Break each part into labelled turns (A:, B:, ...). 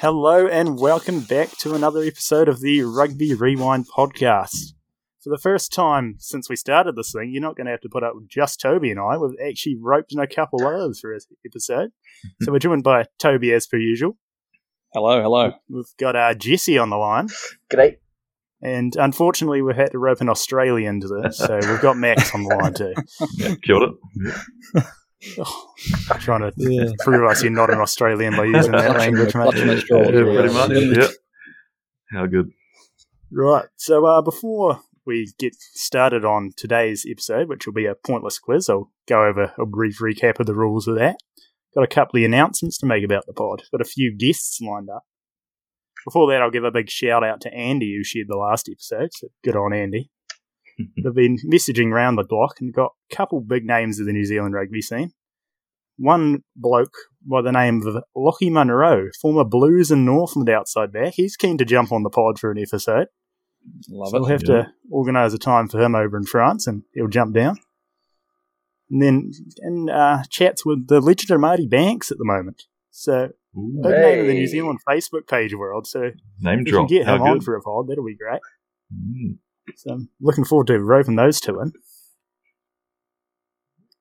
A: Hello and welcome back to another episode of the Rugby Rewind podcast. For the first time since we started this thing, you're not going to have to put up with just Toby and I. We've actually roped in a couple others for this episode. So we're joined by Toby as per usual.
B: Hello, hello.
A: We've got our Jesse on the line,
C: Great.
A: and unfortunately, we've had to rope an Australian to this. So we've got Max on the line too,
D: Killed it.
A: trying to
B: Yeah.
A: prove us you're not an Australian by using that
B: Clutching-
A: language, mate.
B: clutching at straws,
D: Yeah, pretty
B: yeah.
D: much. Yeah. How good.
A: Right. So uh, before we get started on today's episode, which will be a pointless quiz, I'll go over a brief recap of the rules of that. Got a couple of announcements to make about the pod. Got a few guests lined up. Before that, I'll give a big shout out to Andy who shared the last episode. So good on Andy. They've been messaging round the block and got a couple big names of the New Zealand rugby scene. One bloke by the name of Lockie Munro, former Blues and Northland outside back. He's keen to jump on the pod for an episode.
B: Love
A: So we'll have
D: yeah.
A: to organise a time for him over in France, and he'll jump down. And then in uh, chats with the legitimate Marty Banks at the moment. So
D: Ooh,
A: big name of the New
C: Hey.
A: Zealand Facebook page world. So if
D: Name
A: you can
D: drop.
A: get
D: How
A: him on
D: good.
A: for a pod, that'll be great.
D: Mm.
A: So I'm looking forward to roping those two in.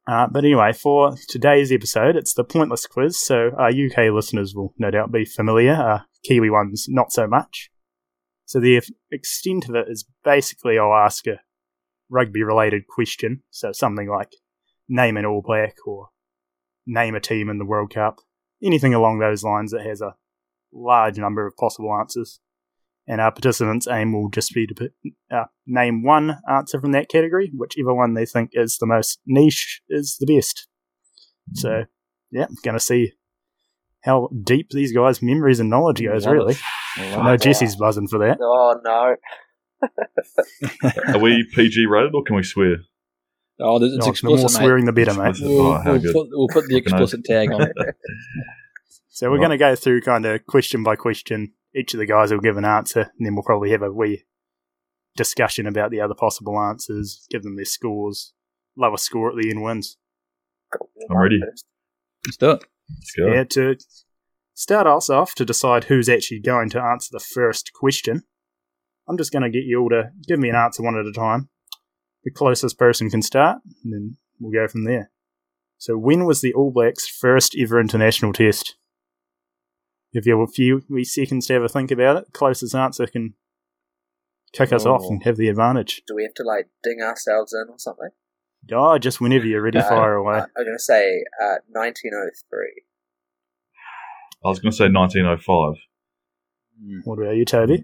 A: Uh, but anyway, for today's episode, it's the pointless quiz. So our UK listeners will no doubt be familiar. Uh, Kiwi ones, not so much. So the eff- extent of it is basically I'll ask a rugby-related question. So something like name an All Black or name a team in the World Cup, anything along those lines that has a large number of possible answers. And our participants' aim will just be to put uh, name one answer from that category. Whichever one they think is the most niche is the best. So, yeah, going to see how deep these guys' memories and knowledge goes,
B: Love it.
A: really.
B: Love
A: I know
B: it.
A: Jesse's buzzing for that.
C: Oh no.
D: Are we PG rated or can we swear?
B: Oh, there's-
A: No, the
B: it's
A: more
B: explicit, mate.
A: swearing, the better, mate.
D: Explicit.
B: We'll,
D: Oh, how
B: we'll
D: good.
B: put, we'll put the
D: Fucking
B: explicit tag on it.
A: So we're
D: Right.
A: going to go through kind of question by question. Each of the guys will give an answer, and then we'll probably have a wee discussion about the other possible answers. Give them their scores. Lower score at the end wins.
D: I'm ready.
B: Let's do it.
D: Let's go.
A: Yeah, to start us off to decide who's actually going to answer the first question. I'm just going to get you all to give me an answer one at a time. The closest person can start, and then we'll go from there. So, when was the All Blacks' first ever international test? If you have a few wee seconds to have a think about it, closest answer can kick us off
B: Oh.
A: and have the advantage.
C: Do we have to like ding ourselves in or something?
A: Oh, just whenever you're ready,
C: No,
A: fire away.
C: I'm gonna say uh, 1903.
D: I was going to say 1905.
A: What about you, Toby?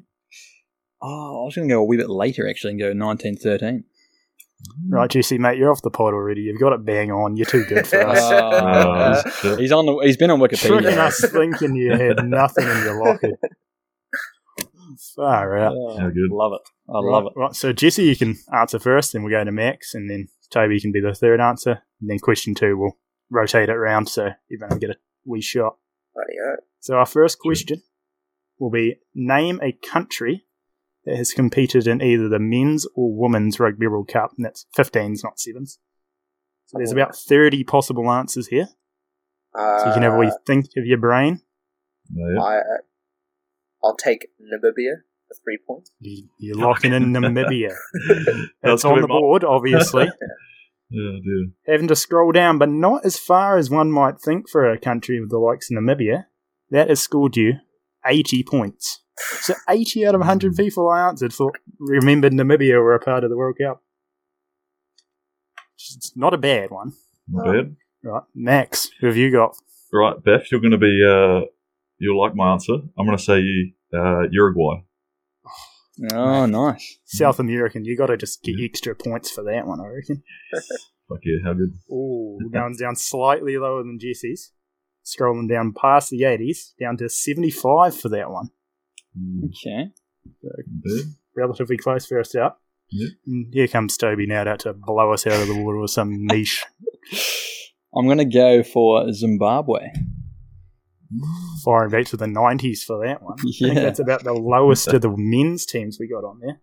B: Oh, I was going to go a wee bit later, actually, and go 1913.
A: Right, Jesse, mate, you're off the pod already. You've got it bang on. You're too good for us.
D: Uh, this- this-
B: He's on the. He's been on
A: Tricking
B: Wikipedia.
A: us thinking you had nothing in your locker. Far out.
B: Oh,
D: How good.
B: Love it. I love it.
A: Right, so Jesse, you can answer first, then we'll go to Max, and then Toby can be the third answer. And then question two, we'll rotate it round so everyone will get a wee shot.
C: Rightio.
A: So our first question will be name a country that has competed in either the men's or women's rugby world cup, and that's 15s, not 7s. So
B: Oh.
A: there's about 30 possible answers here.
C: Uh,
A: So you can have a wee think of your brain.
D: Yeah.
C: I, uh, I'll take Namibia for three points.
A: You- You're locking in Namibia.
D: That's
A: It's on
D: good,
A: the
D: Mark.
A: board, obviously.
D: Yeah, dear.
A: Having to scroll down, but not as far as one might think for a country with the likes of Namibia. That has scored you 80 points. So 80 out of 100 people I answered thought remembered Namibia were a part of the World Cup. It's not a bad one.
D: Not
C: Oh.
D: bad.
A: Right, Max, who have you got?
D: Right, Beth, you're going to be. Uh, you'll like my answer. I'm going to say uh, Uruguay.
B: Oh, nice.
A: South American. you got to just get extra points for that one, I reckon.
D: Fuck yeah, how good.
A: Ooh, going down slightly lower than Jesse's. Scrolling down past the 80s, down to 75 for that one.
D: Mm,
B: Okay.
D: not bad.
A: relatively close first out.
D: Yeah.
A: And Here comes Toby now out to blow us out of the water with some niche.
B: I'm going to go for Zimbabwe.
A: Firing back to the 90s for that one. I think
B: Yeah.
A: that's about the lowest of the men's teams we got on there.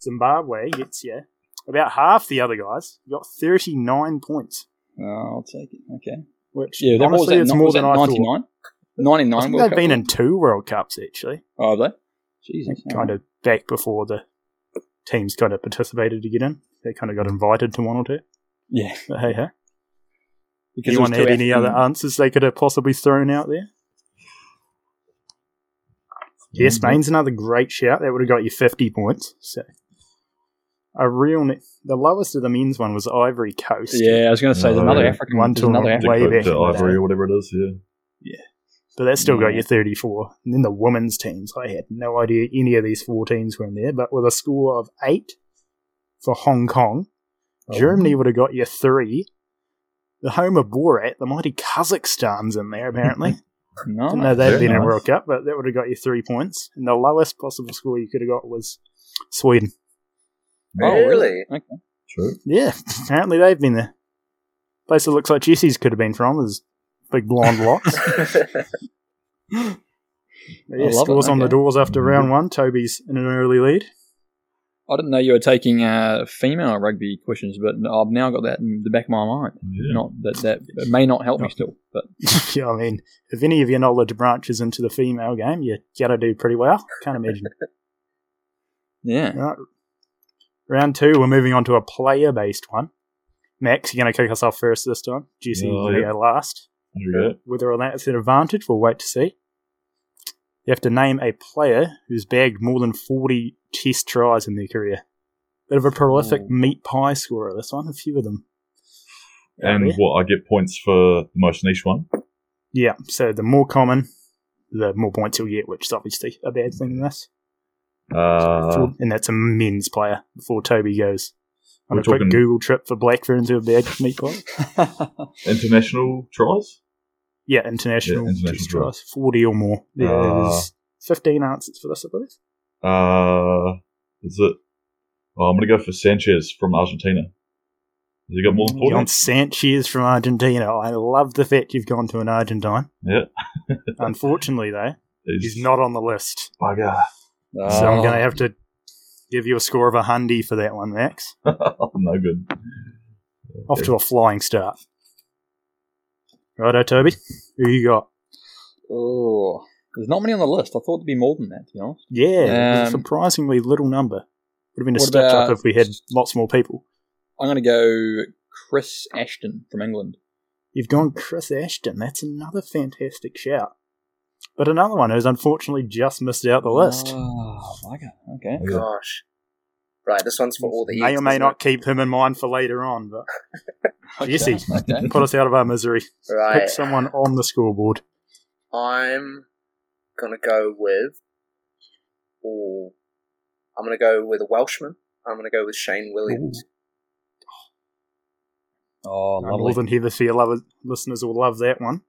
A: Zimbabwe gets you about half the other guys. You got 39 points,
B: Oh, I'll take it. Okay.
A: which
B: Yeah, that what was
A: honestly
B: that.
A: it's
B: no-
A: more
B: was
A: than
B: that
A: I thought.
B: 99?
A: I
B: 99
A: think
B: World
A: they've
B: Cup.
A: been in two World Cups actually.
B: Oh, have they? Jesus.
A: kind of back before the teams kind of participated to get in. They kind of got invited to one or two.
B: Yeah.
A: But hey, hey.
B: Because it
A: Anyone
B: was two
A: had any
B: African-
A: other answers they could have possibly thrown out there? Yeah, Spain's another great shout. That would have got you 50 points. So a real, ne- the lowest of the men's one was Ivory Coast.
B: Yeah, I was going to say there's
D: No.
B: another African
A: One
B: one. There's another
A: tournament
D: The
A: way
B: African
D: Cote
A: back in the
D: d'Ivory
A: day.
D: or whatever it is, yeah.
A: but that still got
B: Yeah.
A: you 34. And then the women's teams, I had no idea any of these four teams were in there, but with a score of eight for Hong Kong,
B: Oh.
A: Germany would have got you three. The home of Borat, the mighty Kazakhstan's in there apparently.
B: No,
A: Didn't know they'd
D: very
A: been in
D: nice.
A: World Cup, but that would have got you three points. And the lowest possible score you could have got was Sweden.
B: Oh, really?
C: Really?
B: Okay.
D: True.
A: Yeah, apparently they've been there. Place it looks like Jesse's could have been from is big blonde locks. But yeah,
B: I love it,
A: scores on the
B: okay. Mm-hmm.
A: doors after round one. Toby's in an early lead.
B: I didn't know you were taking uh, female rugby questions, but I've now got that in the back of my mind.
D: Yeah.
B: Not that that it may not help me still, but
A: yeah, I mean, if any of your knowledge branches into the female game, you gotta do pretty well. Can't imagine.
B: yeah.
A: right. Round two, we're moving on to a player based one. Max, you're gonna kick us off first this time. Jesse,
D: Oh,
A: you're gonna
D: yeah.
A: go last.
D: Yeah.
A: Whether or not it's an advantage, we'll wait to see. You have to name a player who's bagged more than 40 test tries in their career. Bit of a prolific
B: Ooh.
A: meat pie scorer, this one, a few of them. Out
D: And
A: there.
D: what, I get points for the most niche one?
A: Yeah, so the more common, the more points you'll get, which is obviously a bad thing in this.
D: Uh,
A: and that's a men's player before Toby goes on
D: We're
A: a quick
D: talking-
A: Google trip for Blackburns who have bad meat pies.
B: Oh.
D: international tries?
A: Yeah, international,
D: Yeah, international
A: test
D: draw.
A: tries, 40 or more. There's
D: Ah.
A: 15 answers for this, I believe.
D: Uh, is it? Oh, I'm going to go for Sanchez from Argentina. Has he got more than
A: You've gone
D: 40?
A: Sanchez from Argentina. I love the fact you've gone to an Argentine.
D: Yeah.
A: Unfortunately, though, he's not on the list.
D: Bugger.
A: So I'm
B: Oh,
A: going
D: Ah.
A: to have to give you a score of a hundy for that one, Max.
D: Oh, no good.
A: Oh, Off to a flying start. Righto, Toby. Who you got?
B: Oh, there's not many on the list. I thought there'd be more than that. To be honest,
A: Yeah, it's a
B: Um,
A: surprisingly little number. Would have been a
B: what
A: step up
B: about-
A: if we had lots more people.
B: I'm going to go Chris Ashton from England.
A: You've gone Chris Ashton. That's another fantastic shout. But another one who's unfortunately just missed out the list.
B: Oh, bugger. Okay.
D: Yeah.
C: Gosh. Right, this one's for all the
A: may
C: eats,
A: or may
C: isn't
A: not keep him in mind for later on, but
B: okay.
A: Jesse.
B: Okay.
A: put us out of our misery.
C: it? Right.
A: Pick someone on the scoreboard.
C: I'm gonna go with. Ooh. I'm gonna go with a Welshman. I'm gonna go with Shane Williams.
B: Oh,
A: Our
B: lovely.
A: Northern Hemisphere lovers, listeners will love that one.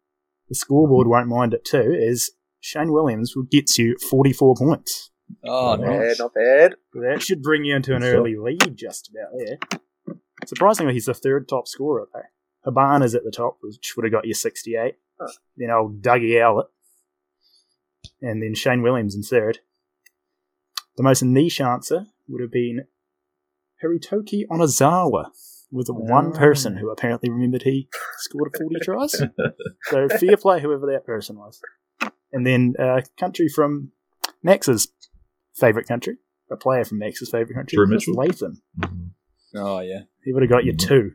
A: The scoreboard won't mind it too, is Shane Williams will get you 44 points.
B: Oh,
D: Not
C: Not bad,
B: nice.
C: not bad.
A: That should bring you into an
D: That's
A: early lead just about there. Surprisingly, he's the third top scorer, though. Habana's at the top, which would have got you 68.
C: Huh.
A: Then old Dougie Owlett. And then Shane Williams in third. The most niche answer would have been Hiritoki Onozawa, with one
B: Ah.
A: person who apparently remembered he scored 40 tries. So fair play, whoever that person was. And then uh, country from Max's favourite country, a player from Max's favourite country,
D: Drew
A: Chris
D: Mitchell.
A: Latham.
D: Mhm.
B: Oh, yeah.
A: He would have got you
D: Mhm.
A: two.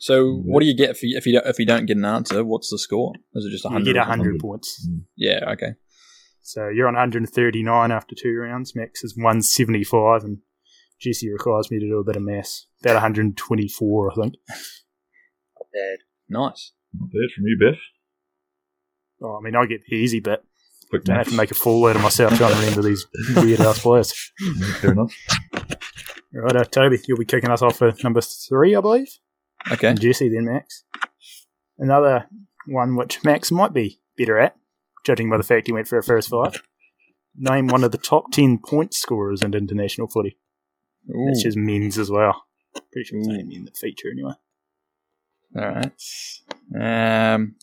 B: So, what do you get if you if you don't, if you don't get an answer? What's the score? Is it just
A: You
B: hundred?
A: get 100,
D: 100.
A: points.
B: Yeah. Okay.
A: So you're on 139 after two rounds. Max is 175, and Jesse requires me to do a bit of maths. About 124, I think.
C: Not bad.
B: Nice.
D: Not bad from you, Beth.
A: Oh, I mean, I get the easy bit.
D: Quick
A: Don't have to make a fool out of myself trying to remember these weird ass players.
D: math. Fair enough.
A: Right, uh, Toby, you'll be kicking us off for number three, I believe.
B: Okay.
A: and Jesse then Max. Another one which Max might be better at, judging by the fact he went for a first five. Name one of the top ten point scorers in international footy.
B: Ooh.
A: That's just men's as well. Pretty sure it's
B: Ooh.
A: only men that feature anyway.
B: All right. Um.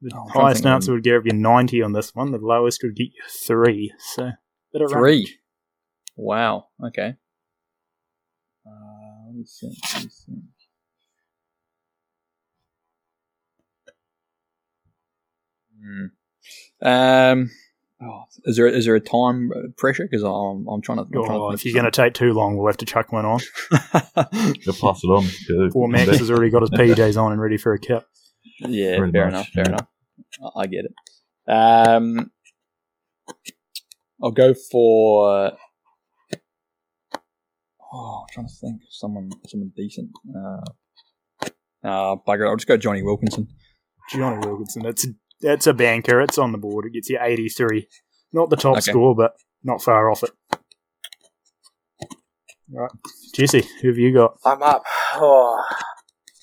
A: The
B: Oh, I'm trying to
A: highest
B: think of
A: answer
B: one.
A: would give you ninety on this one. The lowest would get you three. So bit of range.
B: Three. Wow. Okay. Uh, let me think, let me think. Hmm. Um, oh, is there is there a time pressure? Because I'm I'm trying to. I'm trying
A: Oh,
B: to
A: if you're going to take too long, we'll have to chuck one on.
B: to.
D: You'll pass it on. Yeah,
A: Poor
D: come
A: Max
D: back.
A: has already got his PJs on and ready for a kip.
B: yeah,
D: Pretty
B: fair
D: much,
B: enough. Fair
D: yeah.
B: enough. I- I get it. Um, I'll go for. Oh, I'm trying to think. of Someone, someone decent. Uh, uh, bugger! it, I'll just go Johnny Wilkinson.
A: Johnny Wilkinson. That's that's a banker. It's on the board. It gets you 83. Not the top
B: Okay.
A: score, but not far off it. Right, Jesse, who have you got?
C: I'm up. Oh,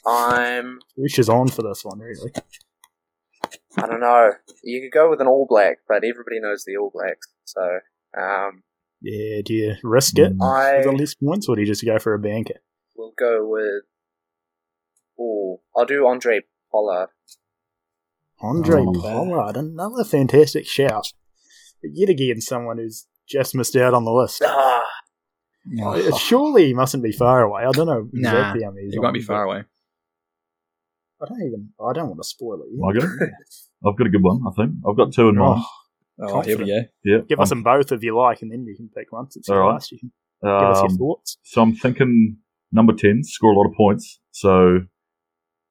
C: I'm.
A: Which is on for this one, really?
C: I don't know. You could go with an All Black, but everybody knows the All Blacks, so um,
A: Yeah, do you risk it
D: Mm.
A: for the
C: I
A: least points, or do you just go for a banker?
C: will go with. Oh, I'll do Andre Pollard.
A: Andre
D: Oh.
A: Pollard, another fantastic shout. But yet again, someone who's just missed out on the list.
C: Ah,
D: Oh,
A: It surely he mustn't be far away. I don't know
B: Nah,
A: exactly how many. he's
B: it won't
A: on,
B: be far away.
A: but I don't even. I don't want to spoil it.
D: I got it. I've got a good one, I think. I've got two in mind.
A: Oh,
B: Oh, here we go.
D: Yeah.
A: give us
D: um,
A: them both if you like, and then you can pick one. Since you
D: All right.
A: asked, you can give us your
D: um,
A: thoughts.
D: So I'm thinking number 10, score a lot of points. So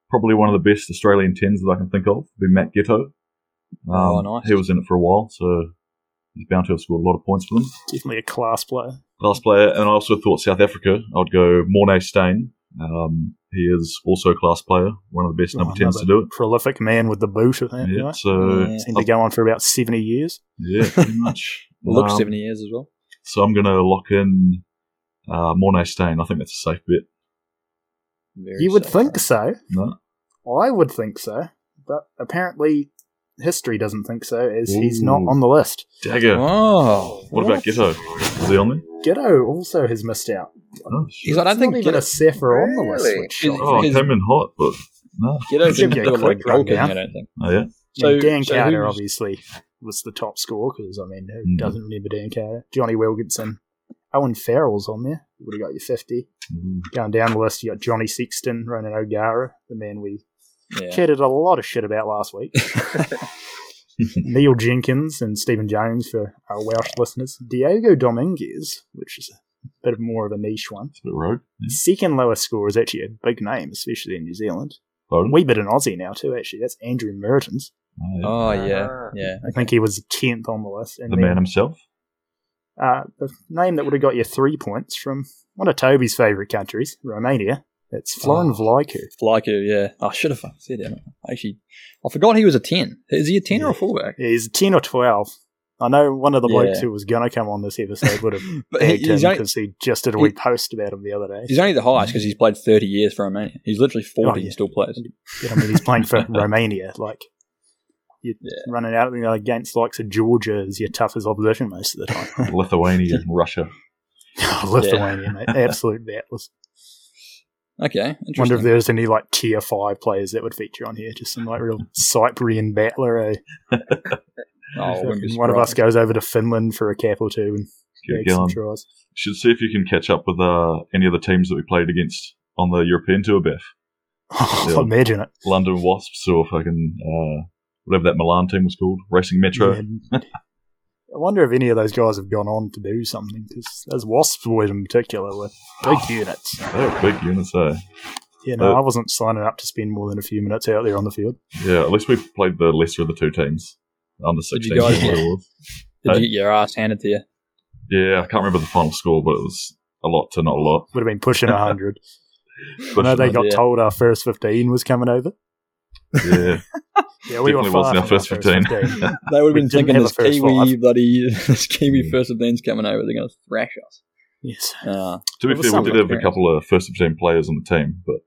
D: probably one of the best Australian 10s that I can think of would be Matt Ghetto. Um,
B: Oh, nice.
D: He was in it for a while, so he's bound to have scored a lot of points for them.
A: Definitely a class player.
D: Last player, and I also thought South Africa, I'd go Mornay Stain. Um, he is also a class player, one of the best number
A: Oh,
D: 10s to
A: another
D: do it.
A: Prolific man with the boot. I think.
D: Yeah,
A: right?
D: so
B: Yeah.
A: Seemed to go on for about seventy years.
D: yeah, pretty much.
B: Look,
D: Um,
B: seventy years as well.
D: So I'm going to lock in uh, Mornay Stain. I think that's a safe bet.
B: Very
A: You would
B: safe.
A: think so.
D: No,
A: I would think so, but apparently history doesn't think so, as he's
D: Ooh.
A: not on the list.
D: dagger. What,
B: Oh,
D: about Ghetto? Is he on there?
A: Ghetto also has missed out.
D: Oh, shit.
B: He's like, I
A: It's not
B: don't think
A: even a
B: Ghetto,
A: Sefer on the list.
C: Really?
A: Which shocked
D: Oh,
A: me.
D: I came in hot, but no.
B: Ghetto didn't
A: Give
B: do
A: you a
B: a lot of
A: quick rundown.
B: goal kicking, I don't think.
D: Oh, yeah.
A: So,
B: So-
A: Dan
B: so
A: Carter
B: who's-
A: obviously was the top scorer because I mean who
D: Mm.
A: doesn't remember Dan Carter? Johnny Wilkinson, Owen Farrell's on there. You would have got your fifty.
D: Mm.
A: Going down the list, you got Johnny Sexton, Ronan O'Gara, the man we
B: Yeah.
A: chatted a lot of shit about last week. Neil Jenkins and Stephen Jones for our Welsh listeners. Diego Dominguez, which is a bit of more of a niche one.
D: It's a bit rogue. Yeah.
A: Second lowest score is actually a big name, especially in New Zealand.
D: Bowden.
A: We bit an Aussie now too. Actually, that's Andrew Mertens.
D: Oh, yeah.
B: Oh
C: Ah.
B: yeah, yeah.
A: I think he was tenth on the list. And
D: the
A: then,
D: man himself.
A: Uh, the name that would have got you three points from one of Toby's favourite countries, Romania. It's Florin
B: Oh.
A: Vlaicu.
B: Flyku, yeah. I should have fucking said it. Actually, I forgot he was a 10. Is he a 10 or a fullback?
A: He's ten or twelve. I know one of the blokes
B: Yeah.
A: who was going to come on this episode would have
B: But he,
A: tagged him
B: he's, only,
A: because he just did a
B: he-
A: wee post about him the other day.
B: he's only the highest because he's played 30 years for Romania. He's literally 40
A: Oh, yeah.
B: and still plays.
A: I mean, he's playing for Romania. Like you're
B: Yeah.
A: running out you know, against the likes of Georgia is your toughest opposition most of the time.
D: Lithuania and Russia.
A: Lithuania, mate, absolute battles.
B: Okay,
A: Wonder if
B: interesting.
A: there's any like tier five players that would feature on here. Just some like real Cyprian battler. Eh?
B: Oh, I wouldn't be
A: Fucking one of us goes
B: surprised.
A: over to Finland for a cap or two and
D: Keep
A: makes some
D: going.
A: tries.
D: Should see if you can catch up with uh, any of the teams that we played against on the European tour, Beth. Yeah.
A: Imagine it.
D: London Wasps or fucking uh, whatever that Milan team was called, Racing Metro.
A: Yeah. I wonder if any of those guys have gone on to do something because those Wasps boys in particular were big
D: Oh.
A: units.
D: They were big units, eh?
A: You know,
D: Uh,
A: I wasn't signing up to spend more than a few minutes out there on the field.
D: Yeah, at least we played the lesser of the two teams, under
B: Did
D: 16.
B: you guys-
D: whatever it was.
B: Did you get your ass handed to you?
D: Yeah, I can't remember the final score, but it was a lot to not a lot.
A: Would have been pushing 100. I
D: But,
A: know they
B: Pushing
A: got
B: 100, yeah.
A: told our first 15 was coming over.
D: yeah,
A: Yeah, we
D: Definitely
A: were far
D: wasn't our
A: from
D: first 15.
B: They would have
A: We
B: been
A: didn't
B: thinking
A: have
B: this
A: a first
B: Kiwi
A: five.
B: bloody this Kiwi first of them's coming over. They're going to thrash us.
A: yes.
B: Uh,
D: to
A: It
D: be
A: was
D: fair, we did
B: somewhat
D: have a
B: fair.
D: couple of first team players on the team, but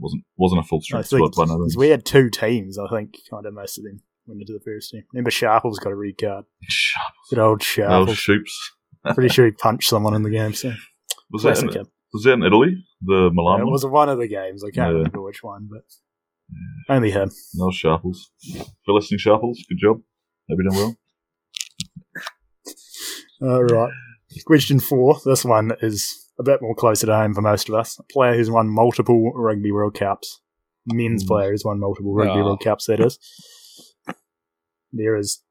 D: wasn't wasn't a full
A: I
D: strength
A: think
D: squad by no
A: because
D: means.
A: we had two teams, I think, kind of most of them went into the first team. Remember, Sharple's got a red card.
D: Sharp
A: Good old
D: old
A: Sharple.
D: shoops.
A: Pretty sure he punched someone in the game. So
D: Was that,
A: classic
D: in,
A: him.
D: was that in Italy? The Milan
A: It
D: one?
A: was one of the games. I can't
D: Yeah.
A: remember which one, but only him.
D: No, Sharples. For listening, Sharples, good job. Hope you done well.
A: All right. Question four. This one is a bit more closer to home for most of us. A player who's won multiple Rugby World Cups. Men's
D: Mm.
A: player who's won multiple Rugby
B: Ah.
A: World Cups, that is. There is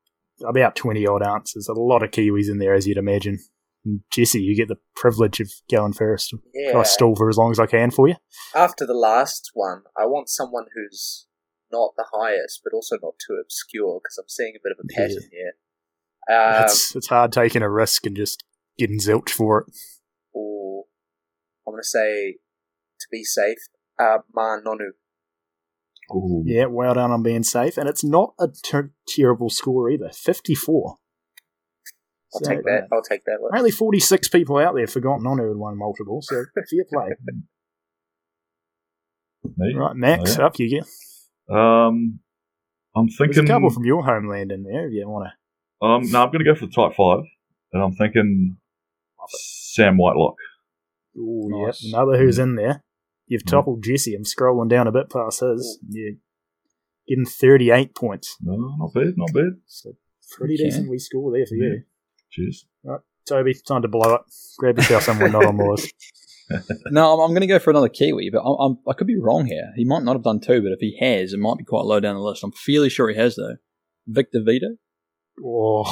A: about 20 odd answers, a lot of Kiwis in there, as you'd imagine. And Jesse, you get the privilege of going first.
C: Yeah.
A: I'll stall for as long as I can for you.
C: After the last one, I want someone who's not the highest, but also not too obscure, because I'm seeing a bit of a pattern here. Um,
A: it's, it's hard taking a risk and just getting zilch for it.
C: or I'm going to say, to be safe, uh, Ma Nonu.
D: Ooh.
A: Yeah, well done on being safe. And it's not a ter- terrible score either 54.
C: I'll
A: So-
C: take that. I'll take that one.
A: Only 46 people out there have forgotten on who had won multiple, so fair play.
D: Me?
A: Right, Max,
D: Oh, yeah.
A: up you get.
D: Um, I'm
A: There's a
D: thinking.
A: couple from your homeland in there if you want to.
D: Um, no, I'm going to go for the type five, and I'm thinking Sam Whitelock.
A: Oh,
B: Nice.
A: yep. Another who's in there. You've
D: Mm.
A: toppled Jesse. I'm scrolling down a bit past his. Yeah. Getting 38 points.
D: No, not bad, not bad.
A: So pretty
B: Okay.
A: decent we score there for you.
D: Cheers.
A: Toby, time to blow it. Grab yourself someone not on the list.
B: No, I'm, I'm going to go for another Kiwi, but I'm, I'm, I could be wrong here. He might not have done two, but if he has, it might be quite low down the list. I'm fairly sure he has, though. Victor Vita?
A: Oh,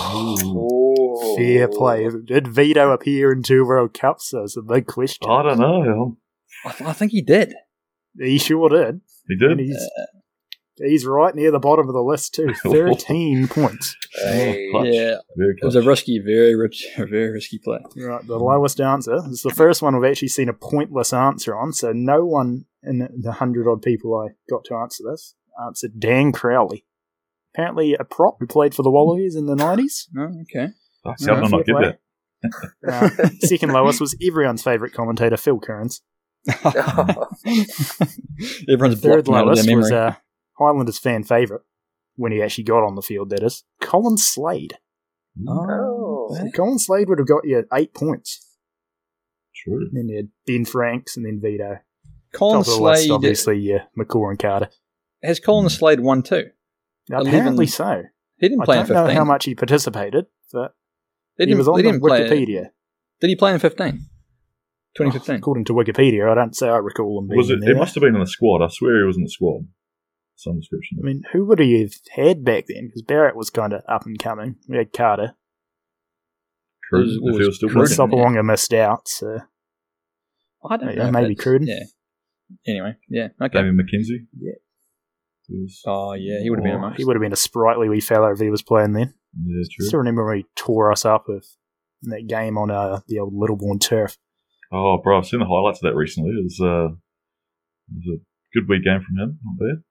C: Oh.
A: fair play. Did Vito appear in two World Cups? That's a big question.
D: I don't know. um,
B: I, th- I think he did.
A: He sure did.
D: He
A: And
D: did.
A: he's, he's right near the bottom of the list, too. 13 points.
C: Hey.
D: Clutch.
B: Yeah,
D: Very
B: it was
D: clutch.
B: a risky, very rich, very risky play.
A: Right, the lowest answer. It's the first one we've actually seen a pointless answer on, so no one in the hundred odd people I got to answer this answered Dan Crowley. Apparently a prop who played for the Wallabies in the 90s.
B: No, Oh, okay.
D: Fuck, how did I not get that?
A: Uh, second lowest was everyone's favourite commentator, Phil Kearns.
C: Hmm.
B: Everyone's
A: Third
B: blocked him out
A: lowest
B: of their
A: was
B: memory.
A: uh, Highlanders fan favourite, when he actually got on the field, that is, Colin Slade.
C: Oh.
A: So Colin Slade would have got you eight points.
D: True.
A: Then you had Ben Franks and then Vito.
B: Colin
A: Top of the list,
B: Slade uh,
A: obviously, yeah, McCaw and Carter.
B: has Colin Slade won too.
A: Apparently
B: Eleven-
A: so.
B: He didn't
A: I
B: play
A: don't
B: in
A: know
B: 15.
A: how much he participated, but
B: They
A: he
B: didn't,
A: was on
B: they
A: the
B: didn't play.
A: Wikipedia.
B: Did he play in 15?
A: Oh,
B: 2015.
A: according to Wikipedia, I don't say I recall him being
D: Was it?
A: in there.
D: It must have been in the squad. I swear he was in the squad. Some description.
A: I mean, who would he have had back then? Because Barrett was kind of up and coming. We had Carter.
D: Crew,
B: It was- it
D: if
B: was
D: he was still
B: Cruden.
D: playing.
A: Sopalonga missed out, so
B: I don't
A: Yeah,
B: know. if
A: maybe
B: that's-
A: Cruden.
B: Yeah. Anyway, yeah. Okay.
D: Damien McKenzie.
A: Yeah.
D: He was-
B: Oh, yeah. He would have been amongst.
A: he would have been a sprightly wee fellow if he was playing then.
D: Yeah, true.
A: Still remember when he tore us up with in that game on uh, the old Littleborn turf.
D: Oh, bro, I've seen the highlights of that recently. It was, uh, it was a good week game from him. Not bad.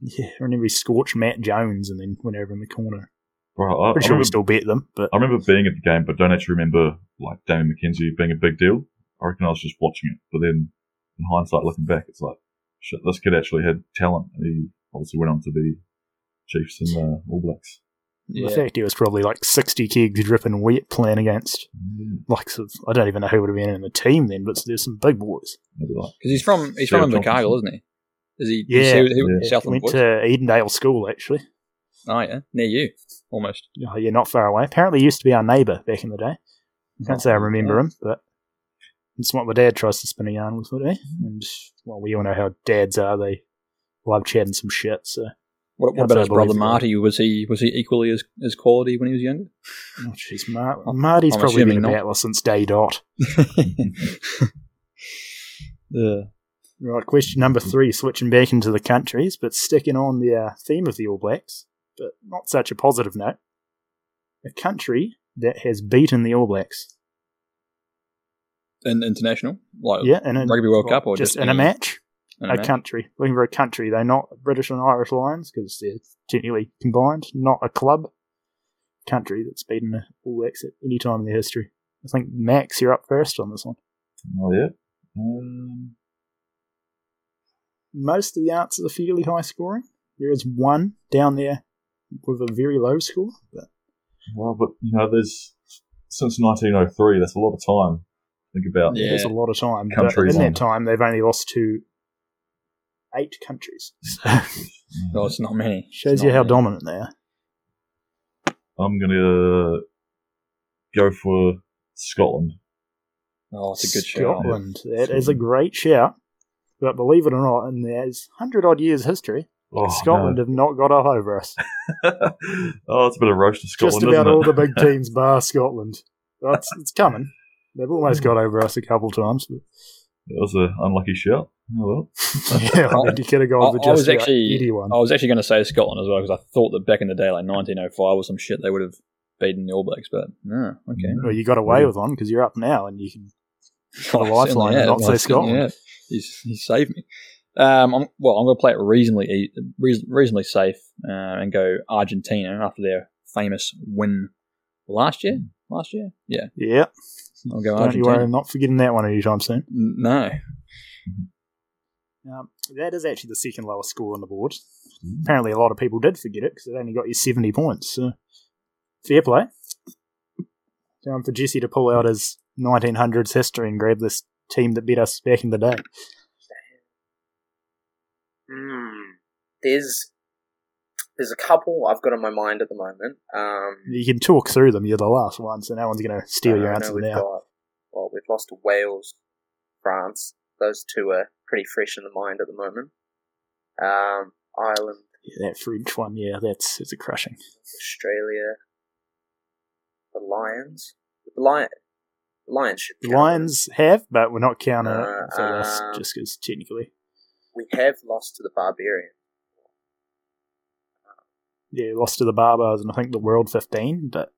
A: Yeah, I remember he scorched Matt Jones and then went over in the corner.
D: Bro, I, I,
A: Pretty sure we
D: remember,
A: still beat them, but
D: I remember being at the game, but don't actually remember like Damien McKenzie being a big deal. I reckon I was just watching it, but then in hindsight, looking back, it's like, shit, this kid actually had talent. He obviously went on to the Chiefs and uh, All Blacks.
A: the
B: Yeah.
A: fact he was probably like 60 gigs dripping wet playing against
D: Yeah,
A: likes of I don't even know who would have been in the team then, but there's some big boys.
D: maybe like
B: Because he's from he's
D: Sarah
B: from Invercargill,
D: Thompson.
B: isn't he? Is he?
A: Yeah.
B: Is he, he,
D: Yeah.
B: Southland
A: Went
B: boys.
A: to Edendale School actually.
B: oh yeah, near you, almost.
A: Oh, yeah, not far away. Apparently, he used to be our neighbour back in the day. I can't
B: Oh,
A: say I remember him, but it's what my dad tries to spin a yarn with me. And well, we all know how dads are. They love chatting some shit. So,
B: What, what
A: That's
B: about his brother
A: unbelievable.
B: Marty? Was he was he equally as, as quality when he was younger?
A: oh jeez, Mar- Marty's
B: I'm
A: probably been
B: assuming
A: a
B: not.
A: battler since day dot.
B: yeah.
A: Right, question number three, switching back into the countries, but sticking on the uh, theme of the All Blacks, but not such a positive note. A country that has beaten the All Blacks.
B: In, international, like
A: Yeah, in a
B: Uh, Rugby World Cup or
A: just,
B: just
A: in a
B: any-
A: match?
B: I
A: a
B: don't know.
A: country. Looking for a country. They're not British and Irish Lions because they're technically combined. Not a club. Country that's beaten the All Blacks at any time in their history. I think Max, you're up first on this one.
D: Oh yeah. Um,
A: Most of the answers are fairly high scoring. There is one down there with a very low score. But
D: well, but you know, there's since 1903. That's a lot of time. Think about
B: Yeah.
A: there's a lot of time. But
D: Countries
A: in that
D: on.
A: time, they've only lost to eight countries. So
B: No, Oh, it's not many. It's
A: shows
B: not
A: you how
B: many.
A: dominant they are.
D: I'm gonna go for Scotland.
B: Oh, it's a good show.
A: Scotland. That is a great shout. But believe it or not, in there's hundred odd years history,
D: Oh,
A: Scotland have not got up over us.
D: no. oh, it's a bit of roast to Scotland,
A: Just about
D: isn't it?
A: all the big teams bar Scotland. That's it's coming. They've
B: Hmm.
A: almost got over us a couple times. But
D: That was an unlucky shot. Oh, well.
A: yeah, I think you could have
B: I-
A: gone for
B: I
A: just
B: was
A: about
B: actually-
A: anyone.
B: I was actually going to say Scotland as well because I thought that back in the day, like 1905 or some shit, they would have beaten the All Blacks. But no, okay.
A: Well, you got away
D: Yeah.
A: with one because you're up now, and you can.
B: Oh,
A: lifeline
B: certainly,
A: and not
B: well,
A: say
B: certainly,
A: Scotland.
B: yeah. He's, he saved me. Um, I'm, well, I'm going to play it reasonably e- reas- reasonably safe uh, and go Argentina after their famous win last year. Last year, yeah.
A: Yeah,
B: I'll go
A: Hmm. don't you
B: Argentina.
A: worry, I'm not forgetting that one anytime soon.
B: N- No,
A: Um, that is actually the second lowest score on the board. Apparently, a lot of people did forget it because it only got you 70 points. So, fair play. Time for Jesse to pull out his 1900s history and grab this team that beat us back in the day.
C: Hmm. There's there's a couple I've got in my mind at the moment. Um,
A: You can talk through them, you're the last one, so no one's going to steal
C: I
A: your
C: know
A: answer
C: we've
A: now.
C: got- well, we've lost to Wales, France. Those two are pretty fresh in the mind at the moment. Um, Ireland,
A: Yeah, that French one, yeah, that's it's a crushing.
C: Australia, the Lions. The Lion, Lions should.
A: The
C: count.
A: Lions have, but we're not counting
C: Uh,
A: it. So that's
C: um,
A: just because technically.
C: We have lost to the Barbarian.
A: Yeah, lost to the Barbers and I think the World 15, but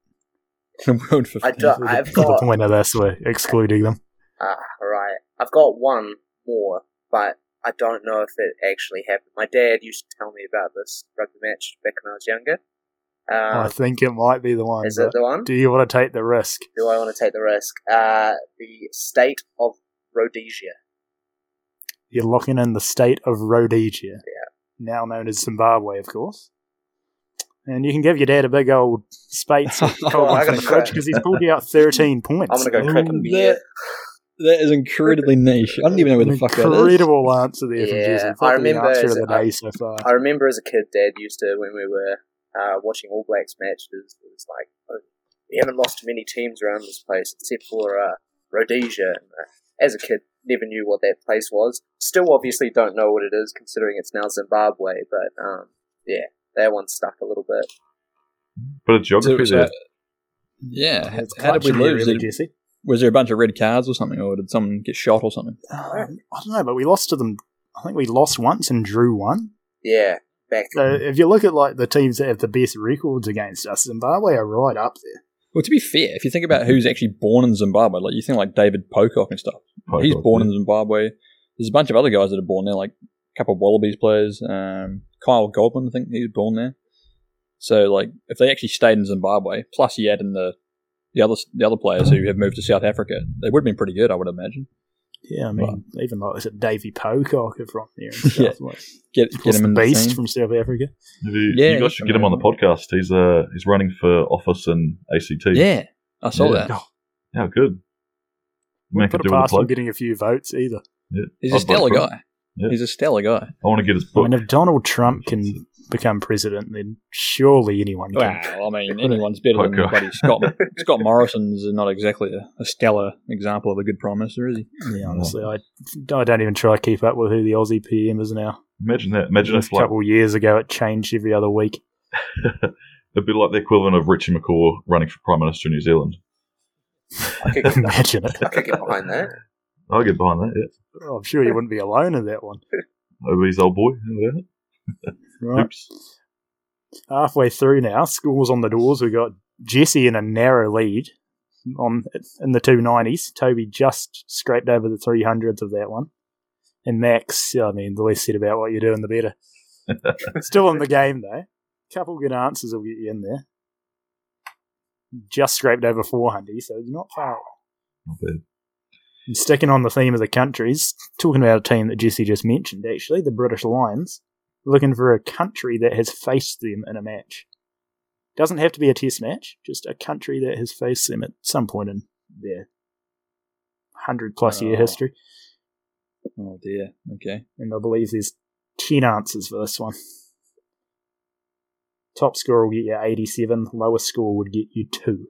B: the world for
C: I do,
A: for the,
C: I've
A: for
B: Oh.
A: the
C: got
A: point of this, we're excluding them.
C: Ah, right. I've got one more, but I don't know if it actually happened. My dad used to tell me about this rugby match back when I was younger.
A: I
C: Um,
A: think it might be the one.
C: is
A: but-
C: it the one?
A: Do you want to take the risk?
C: Do I want to take the risk? Uh, the state of Rhodesia.
A: You're locking in the state of Rhodesia, now known as Zimbabwe, of course. And you can give your dad a big old spate of cold
C: I
A: one from
C: gotta
A: the fridge
C: cry.
A: because he's pulled you out 13 points.
C: I'm gonna go crack a
B: Ooh,
C: beer.
B: that is incredibly niche. I don't even know where the fuck that is.
A: Incredible answer there from
C: Yeah,
A: Jesse.
C: I
A: Probably
C: remember
A: the answer
C: as
A: of the
C: a-
A: day so far.
C: I remember as a kid, Dad used to when we were uh, watching All Blacks matches. It was like oh, we haven't lost to many teams around this place except for uh, Rhodesia. And, uh, as a kid, never knew what that place was. Still, obviously, don't know what it is considering it's now Zimbabwe. But um, yeah, that one stuck a little bit.
D: But it's
B: So-
D: geography
B: so-
D: there.
B: uh, yeah, how,
A: It's
B: how did we
A: clutching you,
B: lose?
A: really,
B: Did-
A: Jesse?
B: was there a bunch of red cards or something, or did someone get shot or something?
A: Um, I don't know, but we lost to them. I think we lost once and drew one.
C: Yeah, back.
A: So if you look at like the teams that have the best records against us, Zimbabwe are right up there.
B: Well, to be fair, if you think about who's actually born in Zimbabwe, like you think like David Pocock and stuff. He's
D: Pocock,
B: born
D: yeah.
B: in Zimbabwe. There's a bunch of other guys that are born there, like a couple of Wallabies players. Um, Kyle Goldman, I think he was born there. So, like, if they actually stayed in Zimbabwe, plus you add in the the other the other players who have moved to South Africa, they would have been pretty good, I would imagine.
A: Yeah, I mean, even like is it Davy Pocock are from there and stuff.
B: Yeah.
A: like-
B: Get
A: Of
B: get
A: course,
B: him
A: the
B: in the
A: beast
B: team.
A: from South Africa.
D: Have you,
B: Yeah,
D: you
B: he's
D: guys should get him on the
B: from
D: podcast. He's uh he's running for office in ACT.
B: Yeah, I saw
D: Yeah.
B: that.
D: How good. Man could
A: Put a
D: do with a
A: pass on
D: plug.
A: getting a few votes either.
D: Yeah.
B: He's
D: I'd
B: a
D: vote
B: stellar
D: for him.
B: guy.
D: Yeah.
B: He's a stellar guy.
D: I want to get his
A: I
D: book.
A: mean, if Donald Trump can become president, then surely anyone can.
B: Well, I mean, anyone's better than
D: Pocock.
B: buddy Scott. Scott Morrison's not exactly a, a stellar example of a good prime minister, is he?
A: Yeah, honestly, I, I don't even try to keep up with who the Aussie PM is now.
D: Imagine that. Imagine
A: a
D: if like
A: couple years ago, it changed every other week.
D: it'd be like the equivalent of Richie McCaw running for Prime Minister of New Zealand.
C: I could get,
A: Imagine it.
C: I could get behind that.
D: I'll get behind that, yeah.
A: Oh, I'm sure you wouldn't be alone in that one.
D: Over his old boy. you know that?
A: Right.
D: Oops.
A: Halfway through now, school's on the doors. We've got Jesse in a narrow lead on in the 290s. Toby just scraped over the 300s of that one. And Max, I mean, the less said about what you're doing, the better. Still in the game, though. Couple good answers will get you in there. Just scraped over 400, so you're not far away.
D: Not bad.
A: And sticking on the theme of the countries, talking about a team that Jesse just mentioned, actually, the British Lions, looking for a country that has faced them in a match. Doesn't have to be a test match, just a country that has faced them at some point in their 100 plus year
B: Oh.
A: history.
B: Oh dear. Okay.
A: And I believe there's 10 answers for this one. Top score will get you 87, lowest score would get you 2.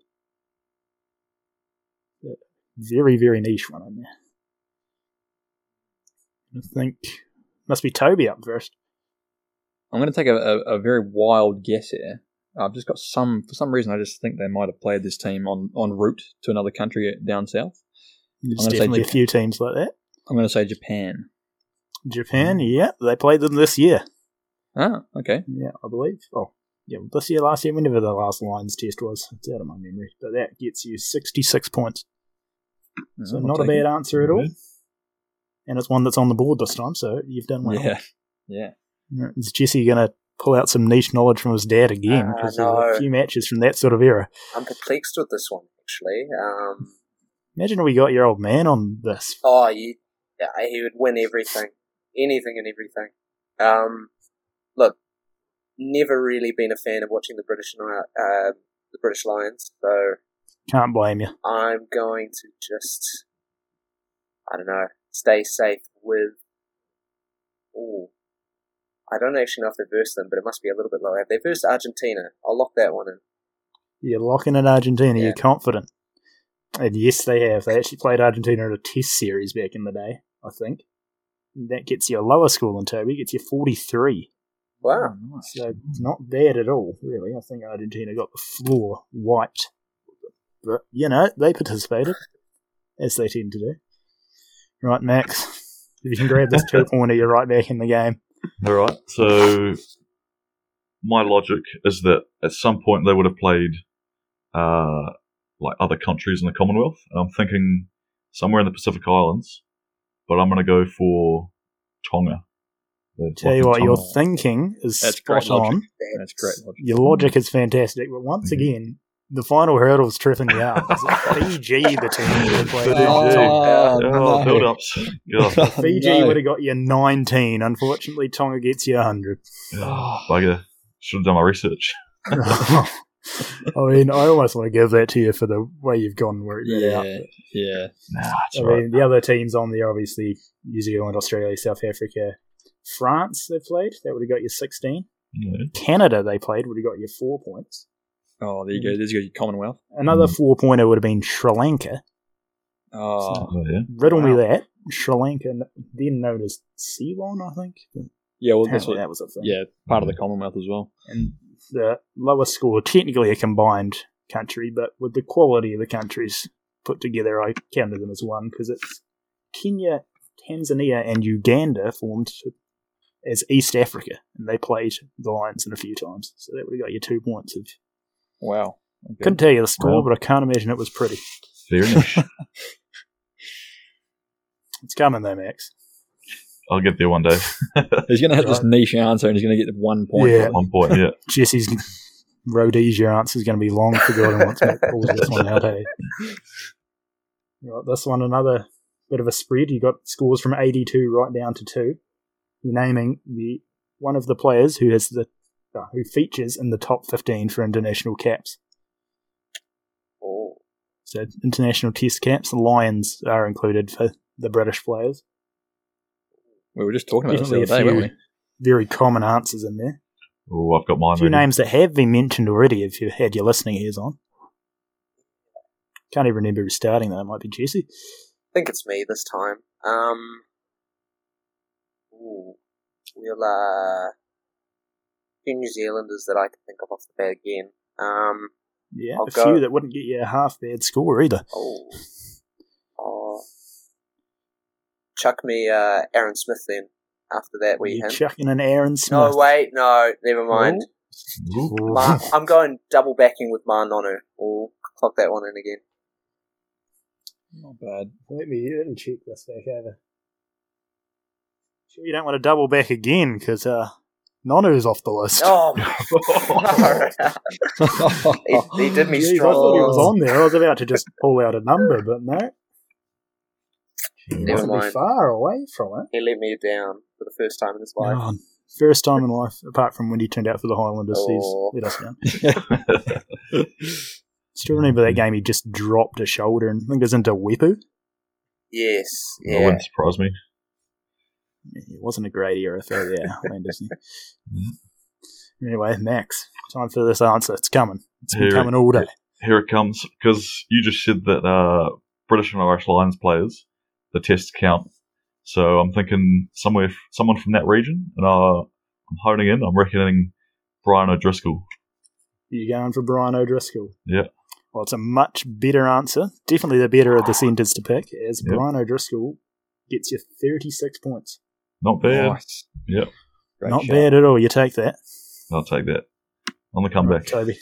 A: A Very, very niche one in there. I think. Must be Toby up first.
B: I'm going to take a, a, a very wild guess here. I've just got some for some reason. I just think they might have played this team on en route to another country down south.
A: There's
B: I'm gonna say
A: definitely a
B: Japan.
A: few teams like that.
B: I'm going to say Japan.
A: Japan,
B: Mm-hmm.
A: yeah, they played them this year.
B: Ah, okay.
A: Yeah, I believe. Oh, yeah, this year, last year, whenever the last Lions test was, it's out of my memory. But that gets you 66 points. So
B: I'll
A: not a
B: take it.
A: bad answer at all.
D: Yeah.
A: And it's one that's on the board this time, so you've done well.
B: Yeah, yeah.
A: Yeah, Is Jesse going to pull out some niche knowledge from his dad again?
C: Ah,
A: Because
C: no.
A: a few matches from that sort of era.
C: I'm perplexed with this one actually. Um,
A: Imagine we got your old man on this.
C: oh, you, yeah, he would win everything, anything and everything. Um, look, never really been a fan of watching the British Ni- uh, the British Lions, so
A: Can't blame you.
C: I'm going to just, I don't know, stay safe with. Ooh. I don't actually know if they versed them, but it must be a little bit low. Have they versed Argentina? I'll lock that one in.
A: You're locking in Argentina.
C: Yeah.
A: You're confident. And yes, they have. They actually played Argentina in a test series back in the day, I think. And that gets you a lower score than Toby. Gets you 43.
C: Wow.
B: Oh, nice.
A: So not bad at all, really. I think Argentina got the floor wiped. But, you know, they participated, as they tend to do. Right, Max. If you can grab this two pointer, you're right back in the game.
D: All right. So my logic is that at some point they would have played uh, like other countries in the Commonwealth, and I'm thinking somewhere in the Pacific Islands. But I'm going to go for Tonga. They'd
A: Tell
D: like
A: you
D: a
A: what, your
D: Tonga-
A: thinking is
B: That's
A: spot
B: great logic. Mm-hmm.
A: on.
B: That's great. Logic.
A: Your logic is fantastic, but once
D: Mhm.
A: again, the final hurdle's tripping you out. Is it Fiji, the team that played
D: Fiji.
A: Tonga?
B: Oh,
D: Oh,
B: no.
D: build ups. Yeah,
A: Fiji
B: Oh, No.
A: would have got you 19. Unfortunately, Tonga gets you 100.
D: yeah, bugger. Should have done my research.
A: I mean, I almost want to give that to you for the way you've gone and worked that out.
B: Yeah, yeah.
D: Nah, it's
A: I
D: all right.
A: mean, the other teams on there, obviously, New Zealand, Australia, South Africa, France, they played. That would have got you 16.
D: Yeah.
A: Canada, they played, would have got you four points.
B: Oh, there you
A: Mm.
B: go. There's your Commonwealth.
A: Another
D: Mm.
A: four pointer would have been Sri Lanka.
B: Oh,
D: Oh, yeah.
A: Riddle me
B: Wow.
A: that. Sri Lanka, n- then known as Ceylon, I think.
B: yeah. Well, that's
A: Apparently,
B: what.
A: that was uh, a thing.
B: Yeah, part of the Commonwealth as well.
A: And the lowest score, technically a combined country, but with the quality of the countries put together, I counted them as one because it's Kenya, Tanzania, and Uganda formed to- as East Africa, and they played the Lions in a few times. So that would have got you two points. Of,
B: Wow. Okay.
A: Couldn't tell you the score,
D: Well.
A: but I can't imagine it was pretty.
D: Fair enough.
A: It's coming though, Max.
D: I'll get there one day.
B: He's going to have this niche answer and he's going to get one point.
A: Yeah.
D: One point, yeah.
A: Jesse's Rhodesia answer is going to be long forgotten once Matt pulls this one out. eh? Right, this one, another bit of a spread. You got scores from 82 right down to two. You're naming the one of the players who has the uh, who features in the top 15 for international caps.
C: Oh,
A: So international test caps, the Lions are included for the British players.
B: We were just talking about this the
A: Definitely a
B: other day, weren't
A: few
B: we?
A: very common answers in there.
D: Oh, I've got mine
A: A few
D: ready.
A: names that have been mentioned already if you had your listening ears on. Can't even remember who's starting though. It might be Jesse.
C: I think it's me this time. Um, ooh, we'll uh, few New Zealanders that I can think of off the bat again. Um,
A: Yeah,
C: I'll
A: a
C: go.
A: few that wouldn't get you a half bad score either.
C: oh, oh, chuck me uh, Aaron Smith then. After that, we
A: You're
C: him.
A: chucking an Aaron
C: no,
A: Smith.
C: wait, no, never mind.
D: Ooh.
C: Ma, I'm going double backing with Ma Nonu. We'll clock that one in again.
B: Not bad.
A: Let me, let me check this back over. Sure, you don't want to double back again because uh, Nonu's off the list.
C: Oh, no. he, he did me
A: Jeez, I
C: strong.
A: thought he was on there. I was about to just pull out a number, but no,
C: Never
A: wasn't
C: mind.
A: far away from it.
C: He let me down for the first time in his life.
A: Oh, first time in life, apart from when he turned out for the Highlanders,
C: Oh.
A: he's let us down. Still remember that game he just dropped a shoulder and I think it was into Wepu.
C: Yes,
D: That
C: yeah.
D: wouldn't surprise me.
A: It wasn't a great era for the Highlanders. anyway, Max, time for this answer. It's coming. It's been
D: Here-
A: coming all day.
D: Here it comes. Because you just said that uh, British and Irish Lions players, the tests count. So I'm thinking somewhere, someone from that region, and uh, I'm honing in. I'm reckoning Brian O'Driscoll.
A: You going for Brian O'Driscoll?
D: Yeah.
A: Well, it's a much better answer. Definitely the better of the centres to pick, as
D: Yeah.
A: Brian O'Driscoll gets you 36 points.
D: Not bad.
B: Nice.
D: Yep.
B: Great
A: Not
B: shout.
A: bad at all. You take that.
D: I'll take that. On the comeback.
A: Right, Toby.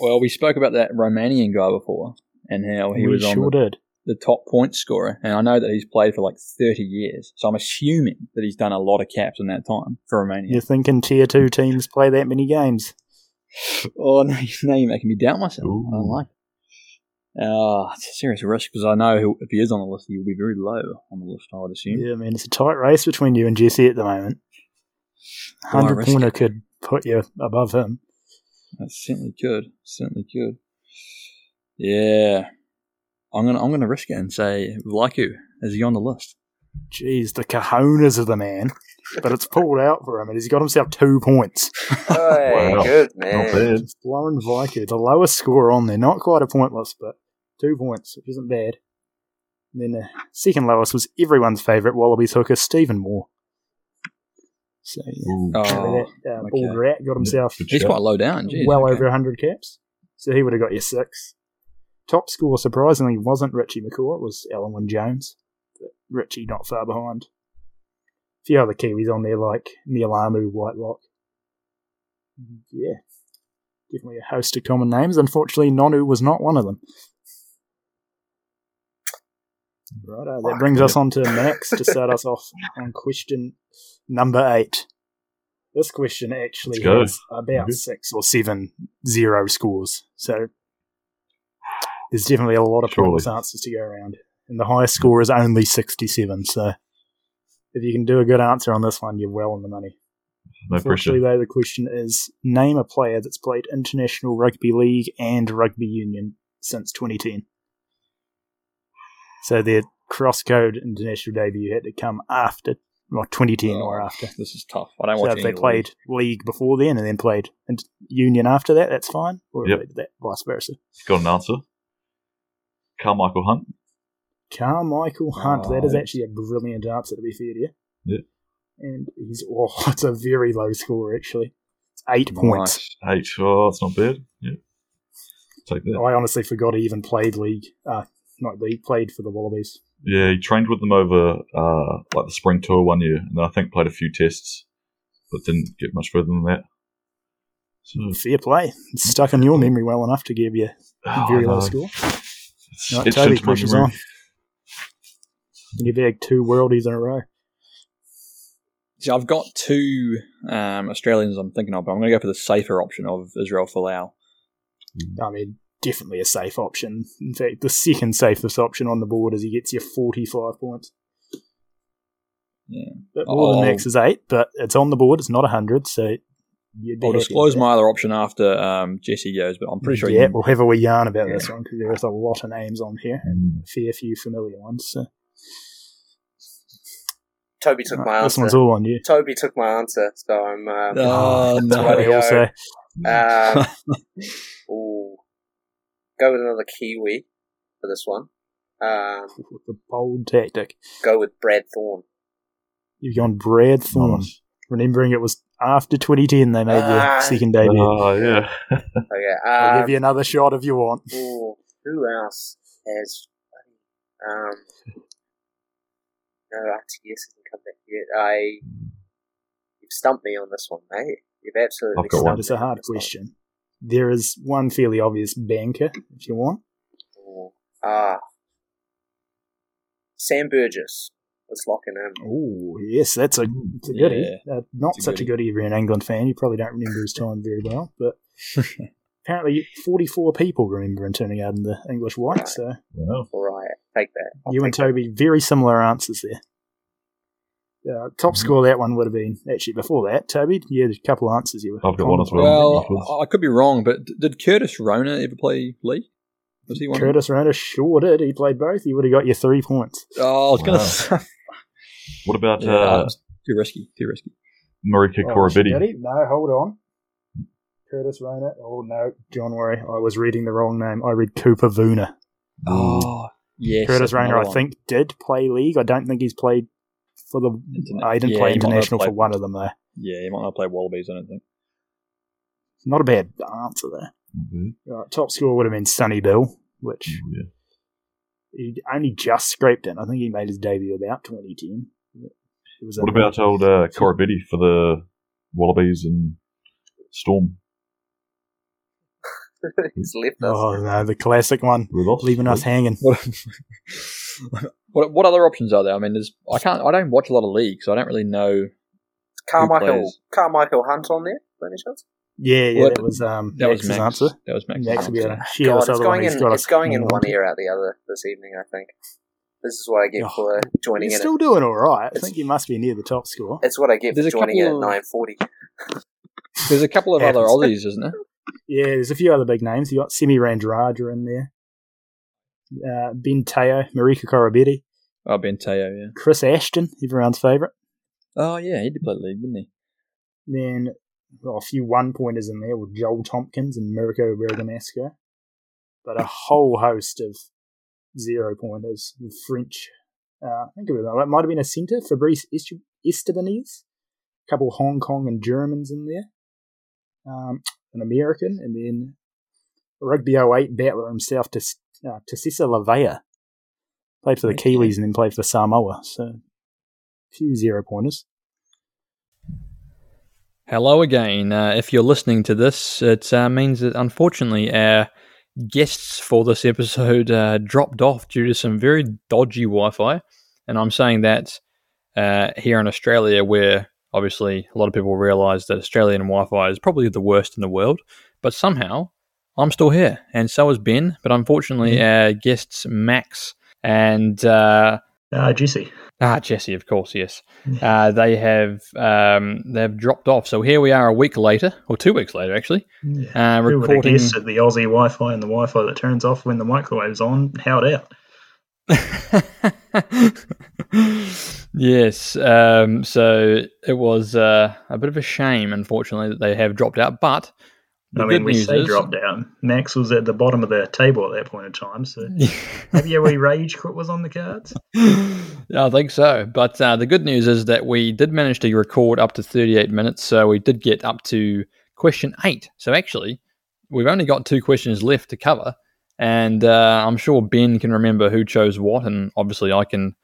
B: Well, we spoke about that Romanian guy before and how he
A: we
B: was on
A: sure
B: the,
A: did.
B: the top point scorer. And I know that he's played for like 30 years. So I'm assuming that he's done a lot of caps in that time for Romania.
A: You're thinking tier two teams play that many games.
B: Oh, now you- now you're making me doubt myself. I don't
D: Ooh.
B: like it. Uh, it's a serious risk because I know he'll- if he is on the list, he'll be very low on the list, I would assume.
A: Yeah, man, it's a tight race between you and Jesse at the moment.
B: Do I
A: 100
B: risk
A: pointer
B: it?
A: could put you above him.
B: That certainly could. Certainly could. Yeah. I'm gonna I'm gonna risk it and say Vlaku. Is he on the list?
A: Jeez, the cojones of the man. But it's pulled out for him, and he's got himself two points.
C: Hey,
D: Wow.
C: good
D: Not
C: man.
D: bad.
A: It's Lauren Viker, the lowest score on there. Not quite a pointless, but two points, which isn't bad. And then the second lowest was everyone's favourite Wallabies hooker, Stephen Moore. So, yeah.
D: Ooh.
B: Oh,
A: that uh,
B: okay.
A: bald rat got himself
D: Good
B: he's
D: shout.
B: quite low down. Jeez,
A: well
B: okay.
A: over 100 caps. So he would have got you six. Top score, surprisingly, wasn't Richie McCaw. It was Elwin Jones. But Richie not far behind. A few other Kiwis on there like Mialamu, Whitelock. Yeah. Definitely a host of common names. Unfortunately, Nonu was not one of them. Right, that
D: Fuck,
A: brings
D: man.
A: us on to Max to start us off on question number eight. This question actually
D: Let's go.
A: has about
D: Mhm.
A: Uh, six or seven zero scores. So there's definitely a lot of
D: Surely.
A: pointless answers to go around. And the highest score is only 67. So if you can do a good answer on this one, you're well on the money.
D: No
A: Unfortunately,
D: pressure.
A: though, the question is name a player that's played international rugby league and rugby union since 2010. So their cross-code international debut had to come after, well, 2010 or
B: Oh,
A: after.
B: This is tough. I don't
A: So
B: watch
A: if they
B: any
A: played league. before then and then played and union after that, that's fine. Or if
D: Yep.
A: they did that, vice versa.
D: Got an answer. Carmichael Hunt.
A: Carmichael Hunt. that is
B: Nice.
A: actually a brilliant answer, to be fair to you.
D: Yeah.
A: And he's, oh, it's a very low score, actually. It's eight
B: league.
A: points.
B: Nice.
D: Eight. Oh, that's not bad. Yeah. Take that.
A: I honestly forgot he even played league. Uh, not league, played for the Wallabies.
D: Yeah, he trained with them over uh, like the spring tour one year, and then I think played a few tests, but didn't get much further than that. So,
A: Fair play. It's stuck in your memory well enough to give you a
D: oh,
A: very low
D: no.
A: score.
D: It's
A: Right,
D: etched
A: Toby
D: into my
A: pushes
D: memory.
A: on. And you bag two worldies in a row.
B: See, I've got two um, Australians I'm thinking of, but I'm gonna go for the safer option of Israel Folau.
A: I mean, definitely a safe option. In fact, the second safest option on the board is he gets you 45 points.
B: Yeah.
A: But more than
B: I'll-
A: Max is eight, but it's on the board. It's not 100, so you'd be
B: I'll
A: happy
B: disclose
A: with
B: my other option after um, Jesse goes, but I'm
A: that.
B: pretty sure
A: Yeah,
B: you,
A: we'll have a wee yarn about
B: Yeah.
A: this one because there's a lot of names on here
D: Mm.
A: and a fair few familiar ones. So
C: Toby took my
A: Right, this
C: answer.
A: one's all on you.
C: Toby took my answer, so I'm. Um,
B: Oh,
A: That's
B: no.
A: what we all say.
C: um, ooh. go with another Kiwi for this one. Um,
A: the bold tactic.
C: go with Brad Thorne.
A: You've gone Brad
B: Mm.
A: Thorne.
D: Nice.
A: Remembering it was after 2010 they made
C: Ah.
A: their second debut.
B: Uh-huh.
D: Oh, yeah.
C: Okay.
A: I'll give
C: Um,
A: you another shot if you want.
C: ooh, who else has? Um, no, RTS hasn't come back yet. I. You've stumped me on this one, mate. You've absolutely.
D: I've got
C: stumped
D: one.
A: That is
C: me
A: a
C: on
A: hard
C: this one.
A: question. There is one fairly obvious banker, if you want.
C: Ooh. Ah. Sam Burgess. Let's lock him in.
A: Oh, yes, that's a, it's a goodie. Uh, not
B: It's a
A: such a goodie if you're an England fan. You probably don't remember his time very well, but apparently 44 people remember him turning out in the English white, so
D: Wow.
C: All right, take that. I'll
A: you and
C: take
A: Toby, very similar answers there. Uh, top score that one would have been actually before that. Toby, you had a couple answers you were.
D: I've got one as
B: well,
D: Well,
B: I- I could be wrong, but d- did Curtis Rona ever play Lee? Was he one? of them?
A: Curtis Rona sure did. He played both. He would have got you three points.
B: Oh, I was gonna.
D: Wow.
B: Say,
D: What about
B: Yeah,
D: uh,
B: it's too risky. Too risky.
D: Marika
A: Oh,
D: Korobidi?
A: Shinnetti? No, hold on. Curtis Rona. Oh no, John Worry. I was reading the wrong name. I read Cooper Vuna.
B: Oh, yes.
A: Curtis
D: Ah,
B: that's another
A: Rayner, I
B: one.
A: think, did play league. I don't think he's played for the.
B: Interna-
A: I didn't
B: Yeah,
A: play
B: you might not
A: international
B: play-
A: for one of them there.
B: Yeah, you might not play Wallabies, I don't think.
A: Not a bad answer there.
D: Mhm.
A: Right, top scorer would have been Sonny Bill, which
D: Oh, yeah.
A: he only just scraped in. I think he made his debut about 2010. It was
D: What
A: a-
D: about old uh, Corabetti for the Wallabies and Storm?
C: He's left us.
A: Oh no, the classic one,
D: We lost.
A: leaving us hanging.
B: What, what what other options are there? I mean, there's I can't I don't watch a lot of leagues, so I don't really know.
C: Carmichael,
B: plays?
C: Carmichael Hunt on there, by any chance?
A: Yeah, yeah,
B: What-
A: that was um,
B: That was
A: Max's
B: Max.
A: answer.
B: That was Max's
A: Max will be
B: answer.
A: able to share this
C: God, it's
A: other one.
C: going
A: He's
C: in,
A: got a
C: it's going in
A: small
C: one ear out the other this evening, I think. This is what I get
A: Oh,
C: for joining
A: He's
C: in.
A: still doing all right. I
C: It's-
A: think he must be near the top score.
C: at, it's what I get
B: There's
C: for
B: a
C: joining in at
B: couple of-
C: 940.
B: There's a couple of other
A: Happens.
B: Aussies, isn't there?
A: Yeah, there's a few other big names. You got Simi Randaraja in there, uh, Ben Teo, Marika Korobetti,
B: Oh, Ben Teo, yeah.
A: Chris Ashton, everyone's favourite.
B: Oh, yeah, he did play league, didn't he?
A: Then well, a few one pointers in there with Joel Tompkins and Mirko Bergamasco, but a whole host of zero pointers with French. Uh, I think it was it might have been a centre, Fabrice Est- Estebanese, a couple Hong Kong and Germans in there, um, an American, and then rugby 08 battler himself, Tes- uh, Tesisa Lavea, played for the
B: Okay.
A: Kiwis and then played for Samoa. So a few zero pointers.
B: Hello again. Uh, if you're listening to this, it uh, means that unfortunately our guests for this episode uh, dropped off due to some very dodgy Wi Fi. And I'm saying that uh, here in Australia, where obviously a lot of people realize that Australian Wi Fi is probably the worst in the world. But somehow I'm still here, and so is Ben. But unfortunately, our guests, Max and. Uh,
E: Uh, Jesse.
B: Ah, Jesse, of course, yes. Uh, they have um, they've dropped off. So here we are, a week later, or two weeks later, actually,
E: Yeah.
B: uh,
E: Who would have
B: recording.
E: guessed that the Aussie Wi-Fi and the Wi-Fi that turns off when the microwave's on held out?
B: yes, um, so it was uh, a bit of a shame, unfortunately, that they have dropped out. But the
E: I
B: good
E: mean, we
B: news
E: say
B: is,
E: drop down. Max was at the bottom of the table at that point in time, so
B: Hmm.
E: maybe yeah, we rage quit was on the cards.
B: I think so. But uh, the good news is that we did manage to record up to 38 minutes. So we did get up to question eight. So actually, we've only got two questions left to cover. And uh, I'm sure Ben can remember who chose what. And obviously, I can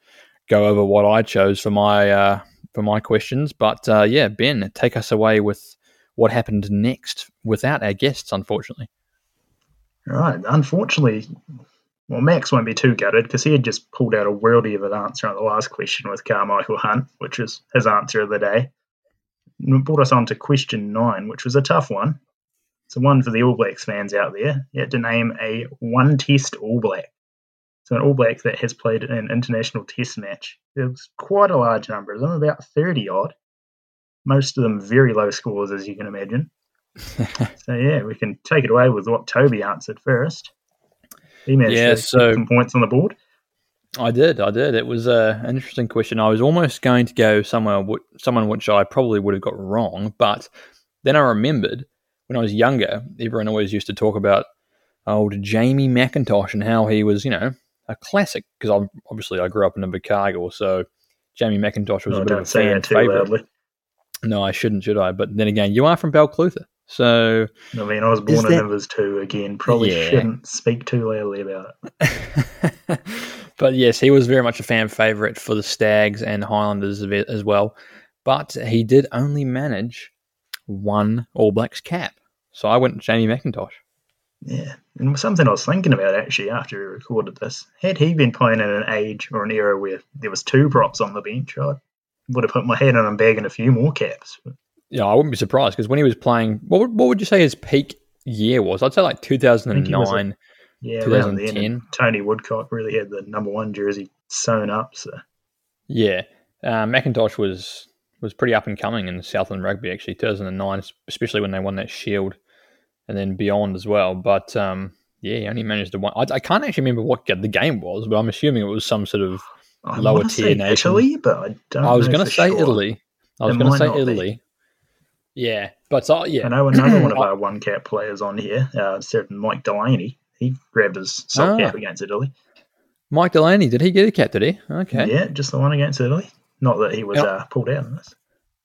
B: go over what I chose for my, uh, for my questions. But uh, yeah, Ben, take us away with what happened next without our guests, unfortunately.
E: All right. Unfortunately, well, Max won't be too gutted because he had just pulled out a worldie of an answer on the last question with Carmichael Hunt, which was his answer of the day. And it brought us on to question nine, which was a tough one. It's a one for the All Blacks fans out there. You had to name a one test All Black. So, an All Black that has played an international test match. There was quite a large number of them, about 30 odd. Most of them very low scores, as you can imagine. So yeah, we can take it away with what Toby answered first. He managed
B: Yeah,
E: to
B: so-
E: get some points on the board.
B: I did, I did. It was uh, an interesting question. I was almost going to go somewhere, w- someone which I probably would have got wrong, but then I remembered when I was younger, everyone always used to talk about old Jamie McIntosh and how he was, you know, a classic. Because obviously I grew up in Invercargill, so Jamie McIntosh was
E: Oh,
B: a bit of a
E: don't say
B: fan
E: that too
B: favorite.
E: loudly.
B: No, I shouldn't, should I? But then again, you are from Balclutha, so
E: I mean, I was born
B: Is
E: in
B: that-
E: Invers too. Again, probably
B: Yeah.
E: shouldn't speak too loudly about it.
B: but yes, he was very much a fan favourite for the Stags and Highlanders of it as well. But he did only manage one All Blacks cap. So I went Jamie McIntosh.
E: Yeah, and something I was thinking about actually after we recorded this. Had he been playing in an age or an era where there was two props on the bench, I would have put my hand on him bagging a few more caps.
B: Yeah, I wouldn't be surprised because when he was playing, what would, what would you say his peak year was? I'd say like
E: think he was a-
B: 2009.
E: Yeah, around then,
B: 2010.
E: and Tony Woodcock really had the number one jersey sewn up. So
B: Yeah, uh, McIntosh was was pretty up and coming in Southland Rugby actually 2009, especially when they won that Shield, and then beyond as well. But um, yeah, he only managed to win. I, I can't actually remember what ga- the game was, but I'm assuming it was some sort of.
E: I
B: Lower
E: wanna
B: tier
E: say
B: nation.
E: Italy, but I don't.
B: I was
E: know
B: going
E: for
B: to say
E: sure.
B: Italy. I was
E: It
B: going to
E: might
B: say
E: not be.
B: Italy. Yeah, but uh,
E: I
B: yeah,
E: know another one of
B: I-
E: our one cap players on here, uh, certain Mike Delaney. He grabbed his sock
B: Ah.
E: cap against Italy.
B: Mike Delaney did he get a cap? Did he? Okay.
E: Yeah, just the one against Italy. Not that he was
B: Yeah.
E: uh, pulled out of this.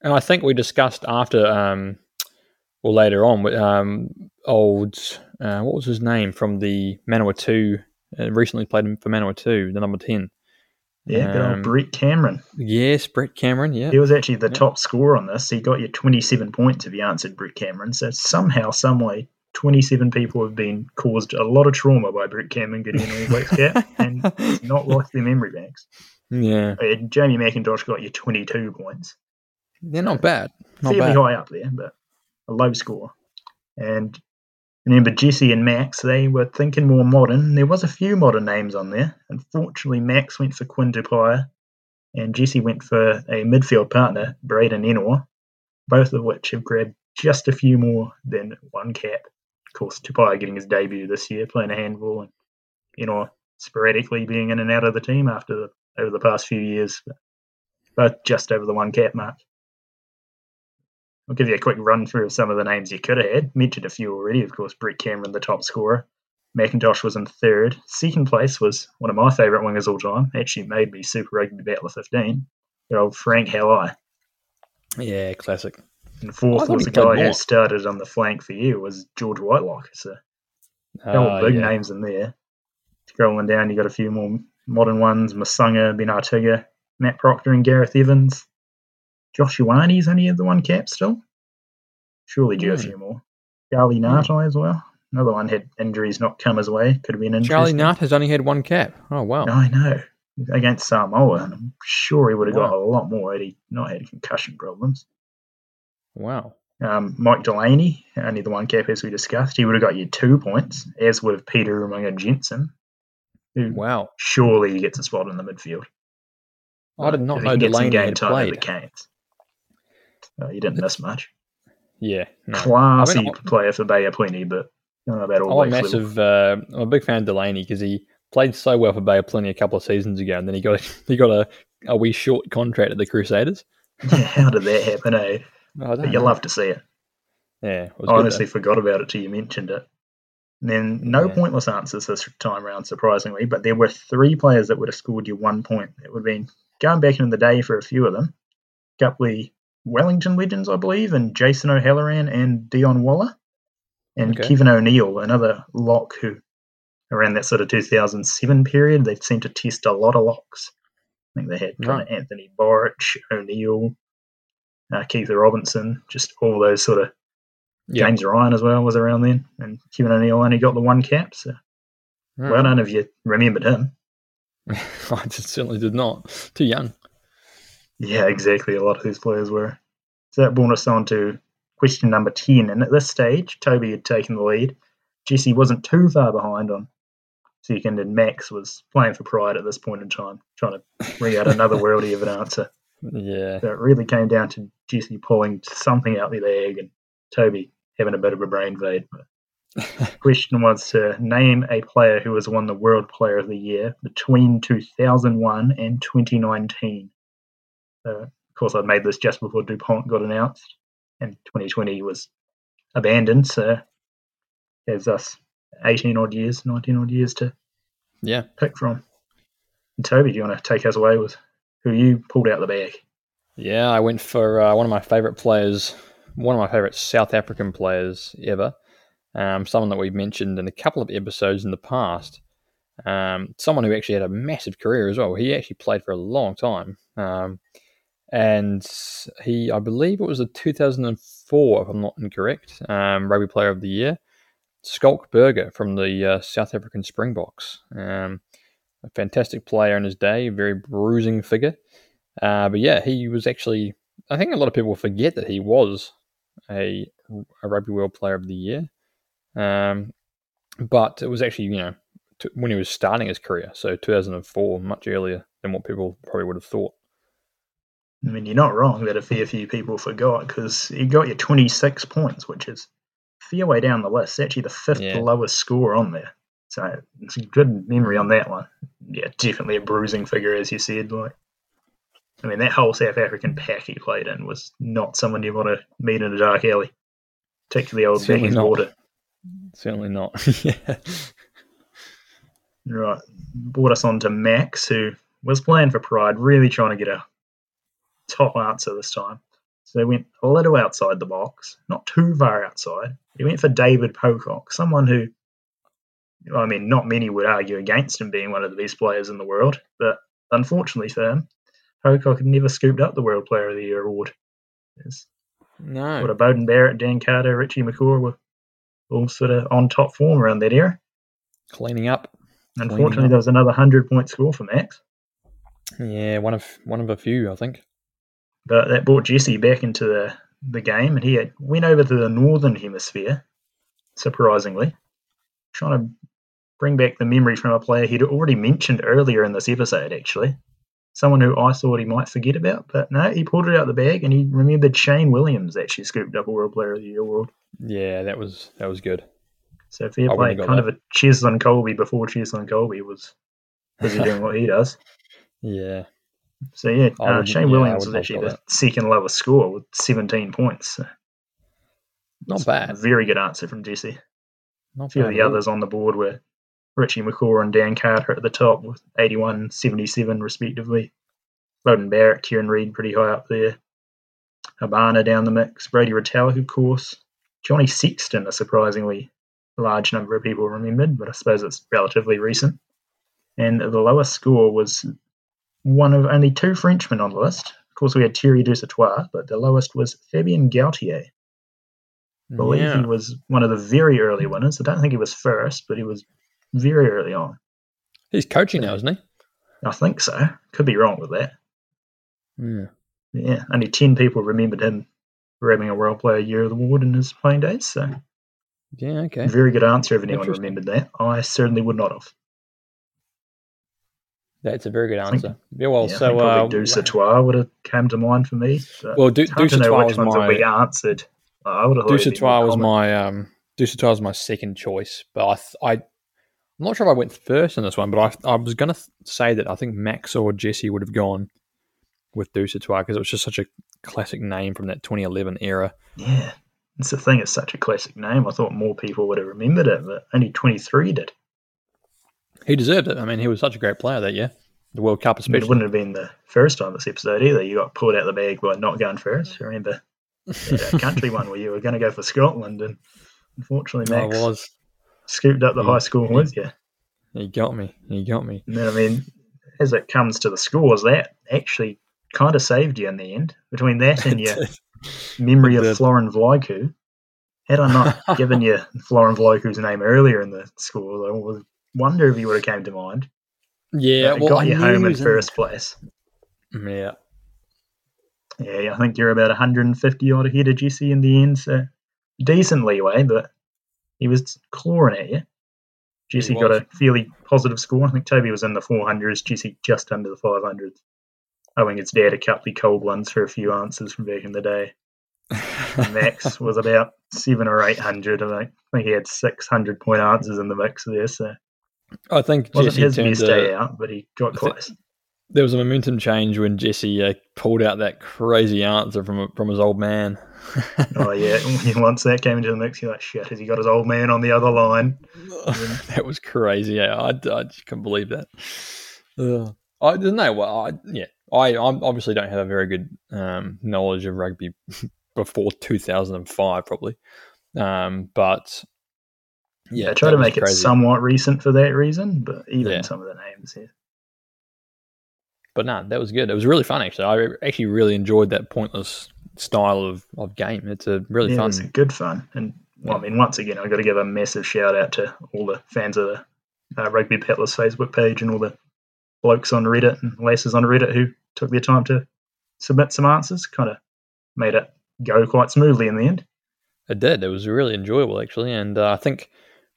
B: And I think we discussed after, um, or later on, with, um, old uh, what was his name from the Manawa Two? Uh, recently played for Manawa Two, the number ten.
E: Yeah, good
B: Um,
E: old Brett Cameron.
B: Yes, Brett Cameron. Yeah,
E: He was actually the
B: yeah.
E: top scorer on this. He got you 27 points if you answered Brett Cameron. So somehow, some way, 27 people have been caused a lot of trauma by Brett Cameron getting an All Blacks cap, and it's not lost their memory banks.
B: yeah,
E: Uh, Jamie McIntosh got you 22 points.
B: they're not bad. Not
E: fairly
B: bad.
E: high up there, but a low score. And remember Jesse and Max, they were thinking more modern. There was a few modern names on there. Unfortunately, Max went for Quinn Dupire and Jesse went for a midfield partner, Braden Enor, both of which have grabbed just a few more than one cap. Of course, Dupire getting his debut this year, playing a handball, and Enor sporadically being in and out of the team after the, over the past few years. Both just over the one cap mark. I'll give you a quick run through of some of the names you could have had. Mentioned a few already, of course. Brett Cameron, the top scorer. McIntosh was in third. Second place was one of my favourite wingers all time. Actually made me Super Rugby Battler 15. Good old Frank Halley.
B: Yeah, classic.
E: And
B: Oh, I
E: fourth
B: thought
E: was
B: he
E: the
B: played
E: guy who
B: more.
E: started on the flank for you was George Whitelock. So hell,
B: Ah,
E: big
B: yeah.
E: names in there. Scrolling down, you got a few more modern ones: Masunga, Ben Artiga, Matt Proctor, and Gareth Evans. Josh Ioane's only had the one cap still. Surely do a
B: Hmm.
E: few more. Charlie Nartai as well. Another one had injuries not come his way. Could have been interesting.
B: Charlie Nutt has only had one cap. Oh wow.
E: I know. Against Samoa, and I'm sure he would have got
B: Wow.
E: a lot more had he not had concussion problems.
B: Wow.
E: Um, Mike Delaney, only the one cap as we discussed, he would have got you two points, as would have Peter Umunga Jensen, who
B: Wow.
E: surely he gets a spot in the midfield.
B: I did not
E: If he
B: know
E: can get some
B: Delaney
E: game
B: had
E: time over
B: played.
E: Canes. Uh, he didn't miss much.
B: Yeah. No.
E: Classy
B: I mean,
E: player for Bayer Pliny, but I don't know about all
B: I'm a
E: Blacks level.
B: Oh, massive. Uh, I'm a big fan of Delaney because he played so well for Bay of Plenty a couple of seasons ago, and then he got he got a, a wee short contract at the Crusaders.
E: Yeah, how did that happen, eh?
B: Oh, I don't
E: But you
B: know.
E: love to see it.
B: Yeah. It was
E: I
B: good,
E: honestly forgot about it till you mentioned it. And then no
B: Yeah.
E: pointless answers this time round, surprisingly, but there were three players that would have scored you one point. It would have been going back in the day for a few of them. Gupley Wellington Legends, I believe, and Jason O'Halloran and Dion Waller. And
B: Okay.
E: Kevin O'Neill, another lock who around that sort of 2007 period, they seemed to test a lot of locks. I think they had kind
B: Right.
E: of Anthony Borich, O'Neill, uh, Keith Robinson, just all those sort of
B: though. Yeah.
E: James Ryan as well was around then, and Kevin O'Neill only got the one cap. So
B: All
E: well
B: right.
E: done if you remembered him.
B: I just certainly did not. Too young.
E: Yeah, exactly. A lot of these players were. So that brought us on to question number ten, and at this stage, Toby had taken the lead. Jesse wasn't too far behind on second, and Max was playing for pride at this point in time, trying to bring out another worldie of an answer.
B: Yeah.
E: So it really came down to Jesse pulling something out the bag and Toby having a bit of a brain fade. But question was to name a player who has won the World Player of the Year between 2001 and 2019. Uh, of course, I made this just before DuPont got announced, and 2020 was abandoned. So there's us 18 odd years, 19 odd years to
B: Yeah.
E: pick from. And Toby, do you want to take us away with who you pulled out the bag?
B: Yeah, I went for uh, one of my favorite players, one of my favorite South African players ever. Um, someone that we've mentioned in a couple of episodes in the past. Um, someone who actually had a massive career as well. He actually played for a long time. Um, and he, I believe it was a 2004, if I'm not incorrect, um, Rugby Player of the Year, Skulk Berger from the uh, South African Springboks. Um, a fantastic player in his day, a very bruising figure. Uh, but yeah, he was actually. I think a lot of people forget that he was a, a Rugby World Player of the Year. Um, but it was actually, you know, t- when he was starting his career. So 2004, much earlier than what people probably would have thought.
E: I mean, you're not wrong that a fair few people forgot because you got your 26 points, which is a fair way down the list. Actually, the fifth
B: Yeah.
E: lowest score on there. So it's a good memory on that one. Yeah, definitely a bruising figure, as you said. Like, I mean, that whole South African pack he played in was not someone you want to meet in a dark alley, particularly old
B: Certainly
E: Becky's
B: not.
E: water.
B: Certainly not. yeah.
E: Right, brought us on to Max, who was playing for Pride, really trying to get a top answer this time. So they went a little outside the box, not too far outside. They went for David Pocock, someone who, I mean, not many would argue against him being one of the best players in the world, but unfortunately for him, Pocock had never scooped up the World Player of the Year award. Yes.
B: No.
E: What a Bowden Barrett, Dan Carter, Richie McCaw were all sort of on top form around that era.
B: Cleaning up.
E: Unfortunately,
B: up.
E: there was another 100 point score for Max,
B: Yeah, one of one of a few, I think.
E: but that brought Jesse back into the, the game and he had, went over to the Northern Hemisphere, surprisingly, trying to bring back the memory from a player he'd already mentioned earlier in this episode, actually. Someone who I thought he might forget about, but no, he pulled it out of the bag and he remembered Shane Williams actually scooped up a World Player of the Year award.
B: Yeah, that was that was good.
E: So fair
B: I
E: play,
B: wouldn't
E: kind
B: have got
E: of a Cheslin Colby before Cheslin Colby was busy doing what he does.
B: Yeah.
E: So yeah,
B: I
E: uh,
B: wouldn't- yeah, I
E: Shane Williams
B: wouldn't
E: was
B: have
E: actually
F: got
E: the second lowest score with 17 points. So
B: Not
E: it's a
B: bad.
E: Very good answer from Jesse. A
B: Not
E: few
B: bad
E: of the
B: at all.
E: others on the board were Richie McCaw and Dan Carter at the top with 81, 77 respectively. Bowden Barrett, Kieran Reid pretty high up there. Habana down the mix. Brady Retallick, of course. Johnny Sexton, a surprisingly large number of people remembered, but I suppose it's relatively recent. And the lowest score was one of only two Frenchmen on the list. Of course, we had Thierry Dusatois, but the lowest was Fabien Gaultier. I believe
B: yeah.
E: he was one of the very early winners. I don't think he was first, but he was very early on.
B: He's coaching now, isn't
E: I think so. Could be wrong with that.
B: he? Yeah.
E: Yeah, only 10 people remembered him grabbing a World Player Year Award in his playing days. So,
B: Yeah, okay.
E: very good answer if anyone
B: Interesting.
E: remembered that. I certainly would not have.
B: That's a very good
E: think-
B: answer. Yeah, well,
E: yeah, I think
B: so uh,
E: probably Dusatois would have came to mind for me. but
B: well, Du-
E: it's hard to know
B: Dusatois was
E: which ones that we
B: my
E: answered. I would have thought it'd be more
B: Dusatois was
E: common.
B: my um Dusatois was my second choice, but I th- I I'm not sure if I went first in this one, but I I was gonna th- say that I think Max or Jesse would have gone with Dusatois because it was just such a classic name from that 2011 era.
E: Yeah, it's the thing. It's such a classic name. I thought more people would have remembered it, but only twenty three did.
B: He deserved it. I mean, he was such a great player that year, the World Cup
E: I mean, it
B: especially.
E: wouldn't have been the first time this episode either. You got pulled out of the bag by not going first. I remember that country one where you were going to go for Scotland, and unfortunately
B: I
E: Max
B: Oh, was.
E: scooped up the
B: Yeah.
E: high score with you.
B: He got me. He got me.
E: And then I mean, as it comes to the scores, that actually kind of saved you in the end. Between that and your memory
B: It did.
E: of Florin Vlaiku. Had I not given you Florin Vlaiku's name earlier in the score, I would wonder if he would have came to mind.
B: yeah,
E: But it
B: well,
E: got
B: I
E: you
B: knew
E: home
B: he
E: in
B: was Mm,
E: first place.
B: Yeah,
E: Yeah, I think you're about 150 odd ahead of Jesse in the end, so decent leeway, but he was clawing at you.
B: He
E: Jesse got
B: was.
E: a fairly positive score. I think Toby was in the 400s, Jesse just under the 500s. Owing his dad a couple of cold ones for a few answers from back in the day. Max was about seven or eight hundred. I think. I think he had six hundred point answers in the mix there, so it
B: I think
E: wasn't
B: Jesse
E: his
B: turned
E: best
B: a-
E: day out, but he got
B: thi-
E: close.
B: There was a momentum change when Jesse uh, pulled out that crazy answer from from his old man.
E: oh yeah, When- once that came into the mix, you're like, shit, has he got his old man on the other line?
B: that was crazy. Yeah, I, I just couldn't believe that. Ugh. I don't know. Well, I, yeah, I, I obviously don't have a very good um, knowledge of rugby before 2005, probably. Um, but yeah,
E: I try
B: that
E: to
B: was
E: make it
B: crazy.
E: somewhat recent for that reason, but even
B: Yeah.
E: some of the names here.
B: But no, that was good. It was really fun, actually. I actually really enjoyed that pointless style of, of game. It's a really
E: yeah, it
B: fun.
E: was good fun. And well, I mean, once again, I've got to give a massive shout out to all the fans of the uh, Rugby Petlers Facebook page and all the blokes on Reddit and lasses on Reddit who took their time to submit some answers. Kind of made it go quite smoothly in the end.
B: It did. It was really enjoyable, actually. And uh, I think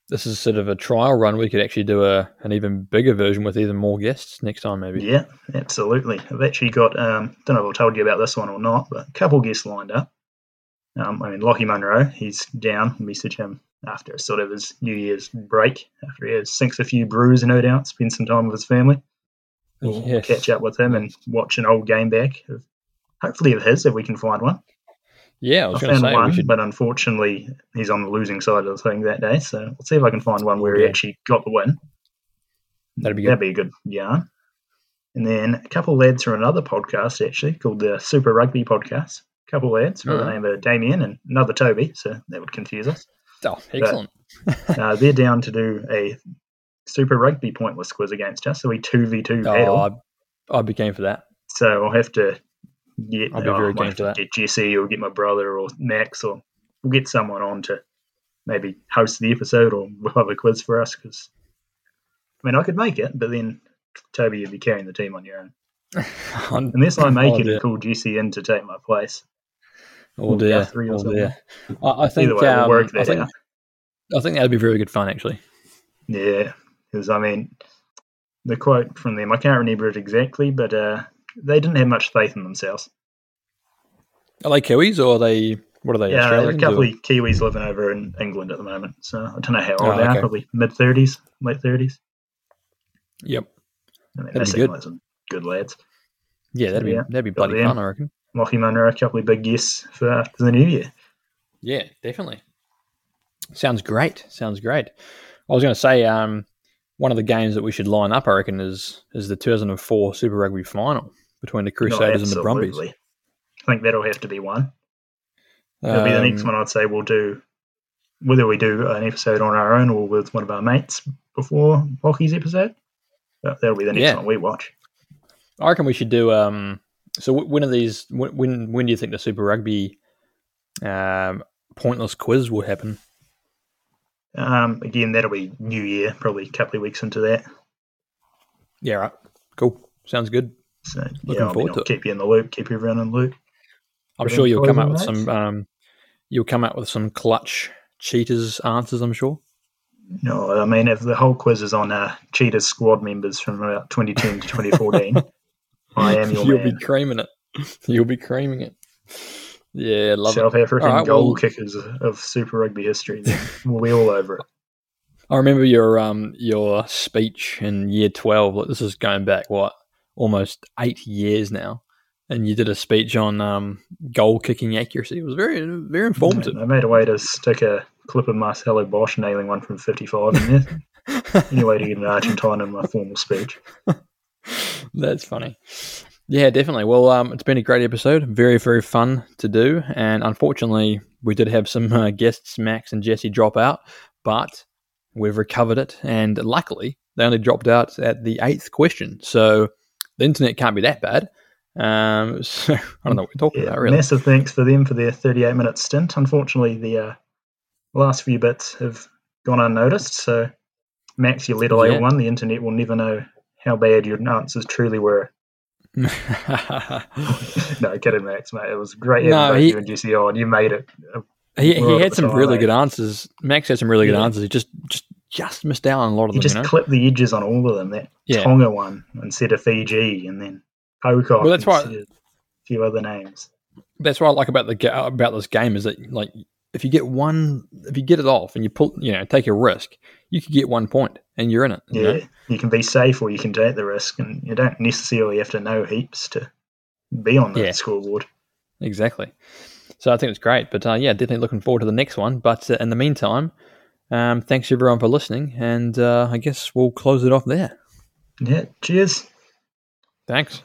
B: this is sort of a trial run. We could actually do a an even bigger version with even more guests next time, maybe.
E: Yeah, absolutely. I've actually got, um, don't know if I told you about this one or not, but a couple guests lined up. Um, I mean, Lockie Munro, he's down. I'll message him after sort of his New Year's break, after he has, sinks a few brews, no doubt, spends some time with his family. We'll
B: Yes.
E: catch up with him and watch an old game back, of, hopefully of his, if we can find one.
B: Yeah, I
E: I,
B: was going to
E: found
B: say
E: one,
B: we should.
E: but unfortunately, he's on the losing side of the thing that day. So we'll see if I can find one where he
B: Okay.
E: actually got the win.
B: That'd be
E: That'd
B: good.
E: be a good yarn. And then a couple of lads from another podcast, actually, called the Super Rugby Podcast. A couple of lads from the
B: Alright.
E: name of Damien and another Toby, so that would confuse us.
B: Oh, excellent.
E: Uh, they're down to do a Super Rugby pointless quiz against us, so we 2v2 battle.
B: Oh, I, I'd be game for that.
E: So I'll have to get,
B: I'll be very
E: I might
B: game
E: have
B: for
E: to
B: that.
E: get Jesse or get my brother or Max or we'll get someone on to maybe host the episode or we'll have a quiz for us because I mean I could make it, but then Toby you'd be carrying the team on your own.
B: I'm-
E: Unless I make
B: Oh,
E: it
B: dear.
E: and call Jesse in to take my place.
B: Oh
E: Or
B: dear.
E: Guthrie or
B: Oh
E: something.
B: dear. I, I think
E: Either way, we'll
B: um,
E: work
B: I
E: that
B: think
E: out.
B: I think that'd be very good fun actually.
E: Yeah, because I mean, the quote from them, I can't remember it exactly, but uh, they didn't have much faith in themselves.
B: Are they Kiwis or are they what are they?
E: yeah, there are a
B: Australians
E: couple
B: or-
E: of Kiwis living over in England at the moment, so I don't know how old
B: Oh,
E: they are,
B: okay.
E: probably mid 30s, late 30s.
B: Yep.
E: I
B: That'd
E: mean, they
B: be
E: seem
B: good.
E: like some good lads.
B: Yeah, that'd be
E: Yeah.
B: that'd be
E: Got
B: bloody
E: them.
B: fun, I reckon.
E: Lockie Munro, a couple of big guests for after the new year.
B: Yeah, definitely. Sounds great. Sounds great. I was going to say um, one of the games that we should line up, I reckon, is is the 2004 Super Rugby final between the
E: No,
B: Crusaders and the Brumbies.
E: absolutely. I think that'll have to be one. It'll be the next
B: Um,
E: one I'd say we'll do, whether we do an episode on our own or with one of our mates before Lockie's episode. But that'll be the next
B: Yeah.
E: one we watch.
B: I reckon we should do. Um, so wh- when are these? wh- When when do you think the Super Rugby um, pointless quiz will happen?
E: Um, again, that'll be New Year, probably a couple of weeks into that.
B: Yeah, right. Cool. Sounds good.
E: So
B: Looking
E: yeah, I mean,
B: forward
E: I'll
B: to it.
E: keep you in the loop, keep everyone in the loop.
B: I'm
E: Got
B: sure
E: any
B: you'll come up
E: closing
B: with
E: notes?
B: some. Um, you'll come up with some clutch cheaters answers. I'm sure.
E: No, I mean, if the whole quiz is on uh, Cheetah's squad members from about 2010 to 2014, I am your
B: you'll
E: man.
B: be creaming it. You'll be creaming it. Yeah, love
E: South African
B: All right,
E: goal
B: well-
E: kickers of Super Rugby history. Then we'll be all over it.
B: it. I remember your um your speech in year twelve. Like this is going back what almost eight years now, and you did a speech on um goal kicking accuracy. It was very very informative.
E: I made a way to stick a clip of Marcelo Bosch nailing one from 55 in there. Any way to get an Argentine in my formal speech.
B: That's funny. Yeah, definitely. Well, um, it's been a great episode. Very, very fun to do. And unfortunately, we did have some uh, guests, Max and Jesse, drop out, but we've recovered it. And luckily, they only dropped out at the eighth question. So the internet can't be that bad. Um, so I don't know what we're talking
E: Yeah,
B: about, really.
E: Uh, Massive thanks for them for their 38 minute stint. Unfortunately, the uh, last few bits have gone unnoticed. So, Max, you led away
B: Yeah.
E: one. The internet will never know how bad your answers truly were. no, kidding, Max, mate. It was great having
B: No,
E: both
B: he-
E: you and Jesse on. You made it.
B: he, he
E: World at
B: had
E: the
B: some
E: time,
B: really
E: eh?
B: good answers. Max had some really good
E: Yeah.
B: answers. He just, just, just missed out on a lot of
E: You
B: them,
E: just
B: you know?
E: clipped the edges on all of them. That
B: Yeah.
E: Tonga one instead of Fiji, and then Pocock
B: Well, that's why-
E: instead of a few other names.
B: that's what I like about the ga- about this game is that like if you get one if you get it off and you pull you know take a risk you could get one point and you're in it you
E: Yeah,
B: know?
E: you can be safe or you can take the risk, and you don't necessarily have to know heaps to be on the
B: Yeah.
E: scoreboard.
B: exactly so I think it's great but uh, yeah definitely looking forward to the next one but uh, in the meantime um, thanks everyone for listening and uh, I guess we'll close it off there
E: Yeah, cheers.
B: thanks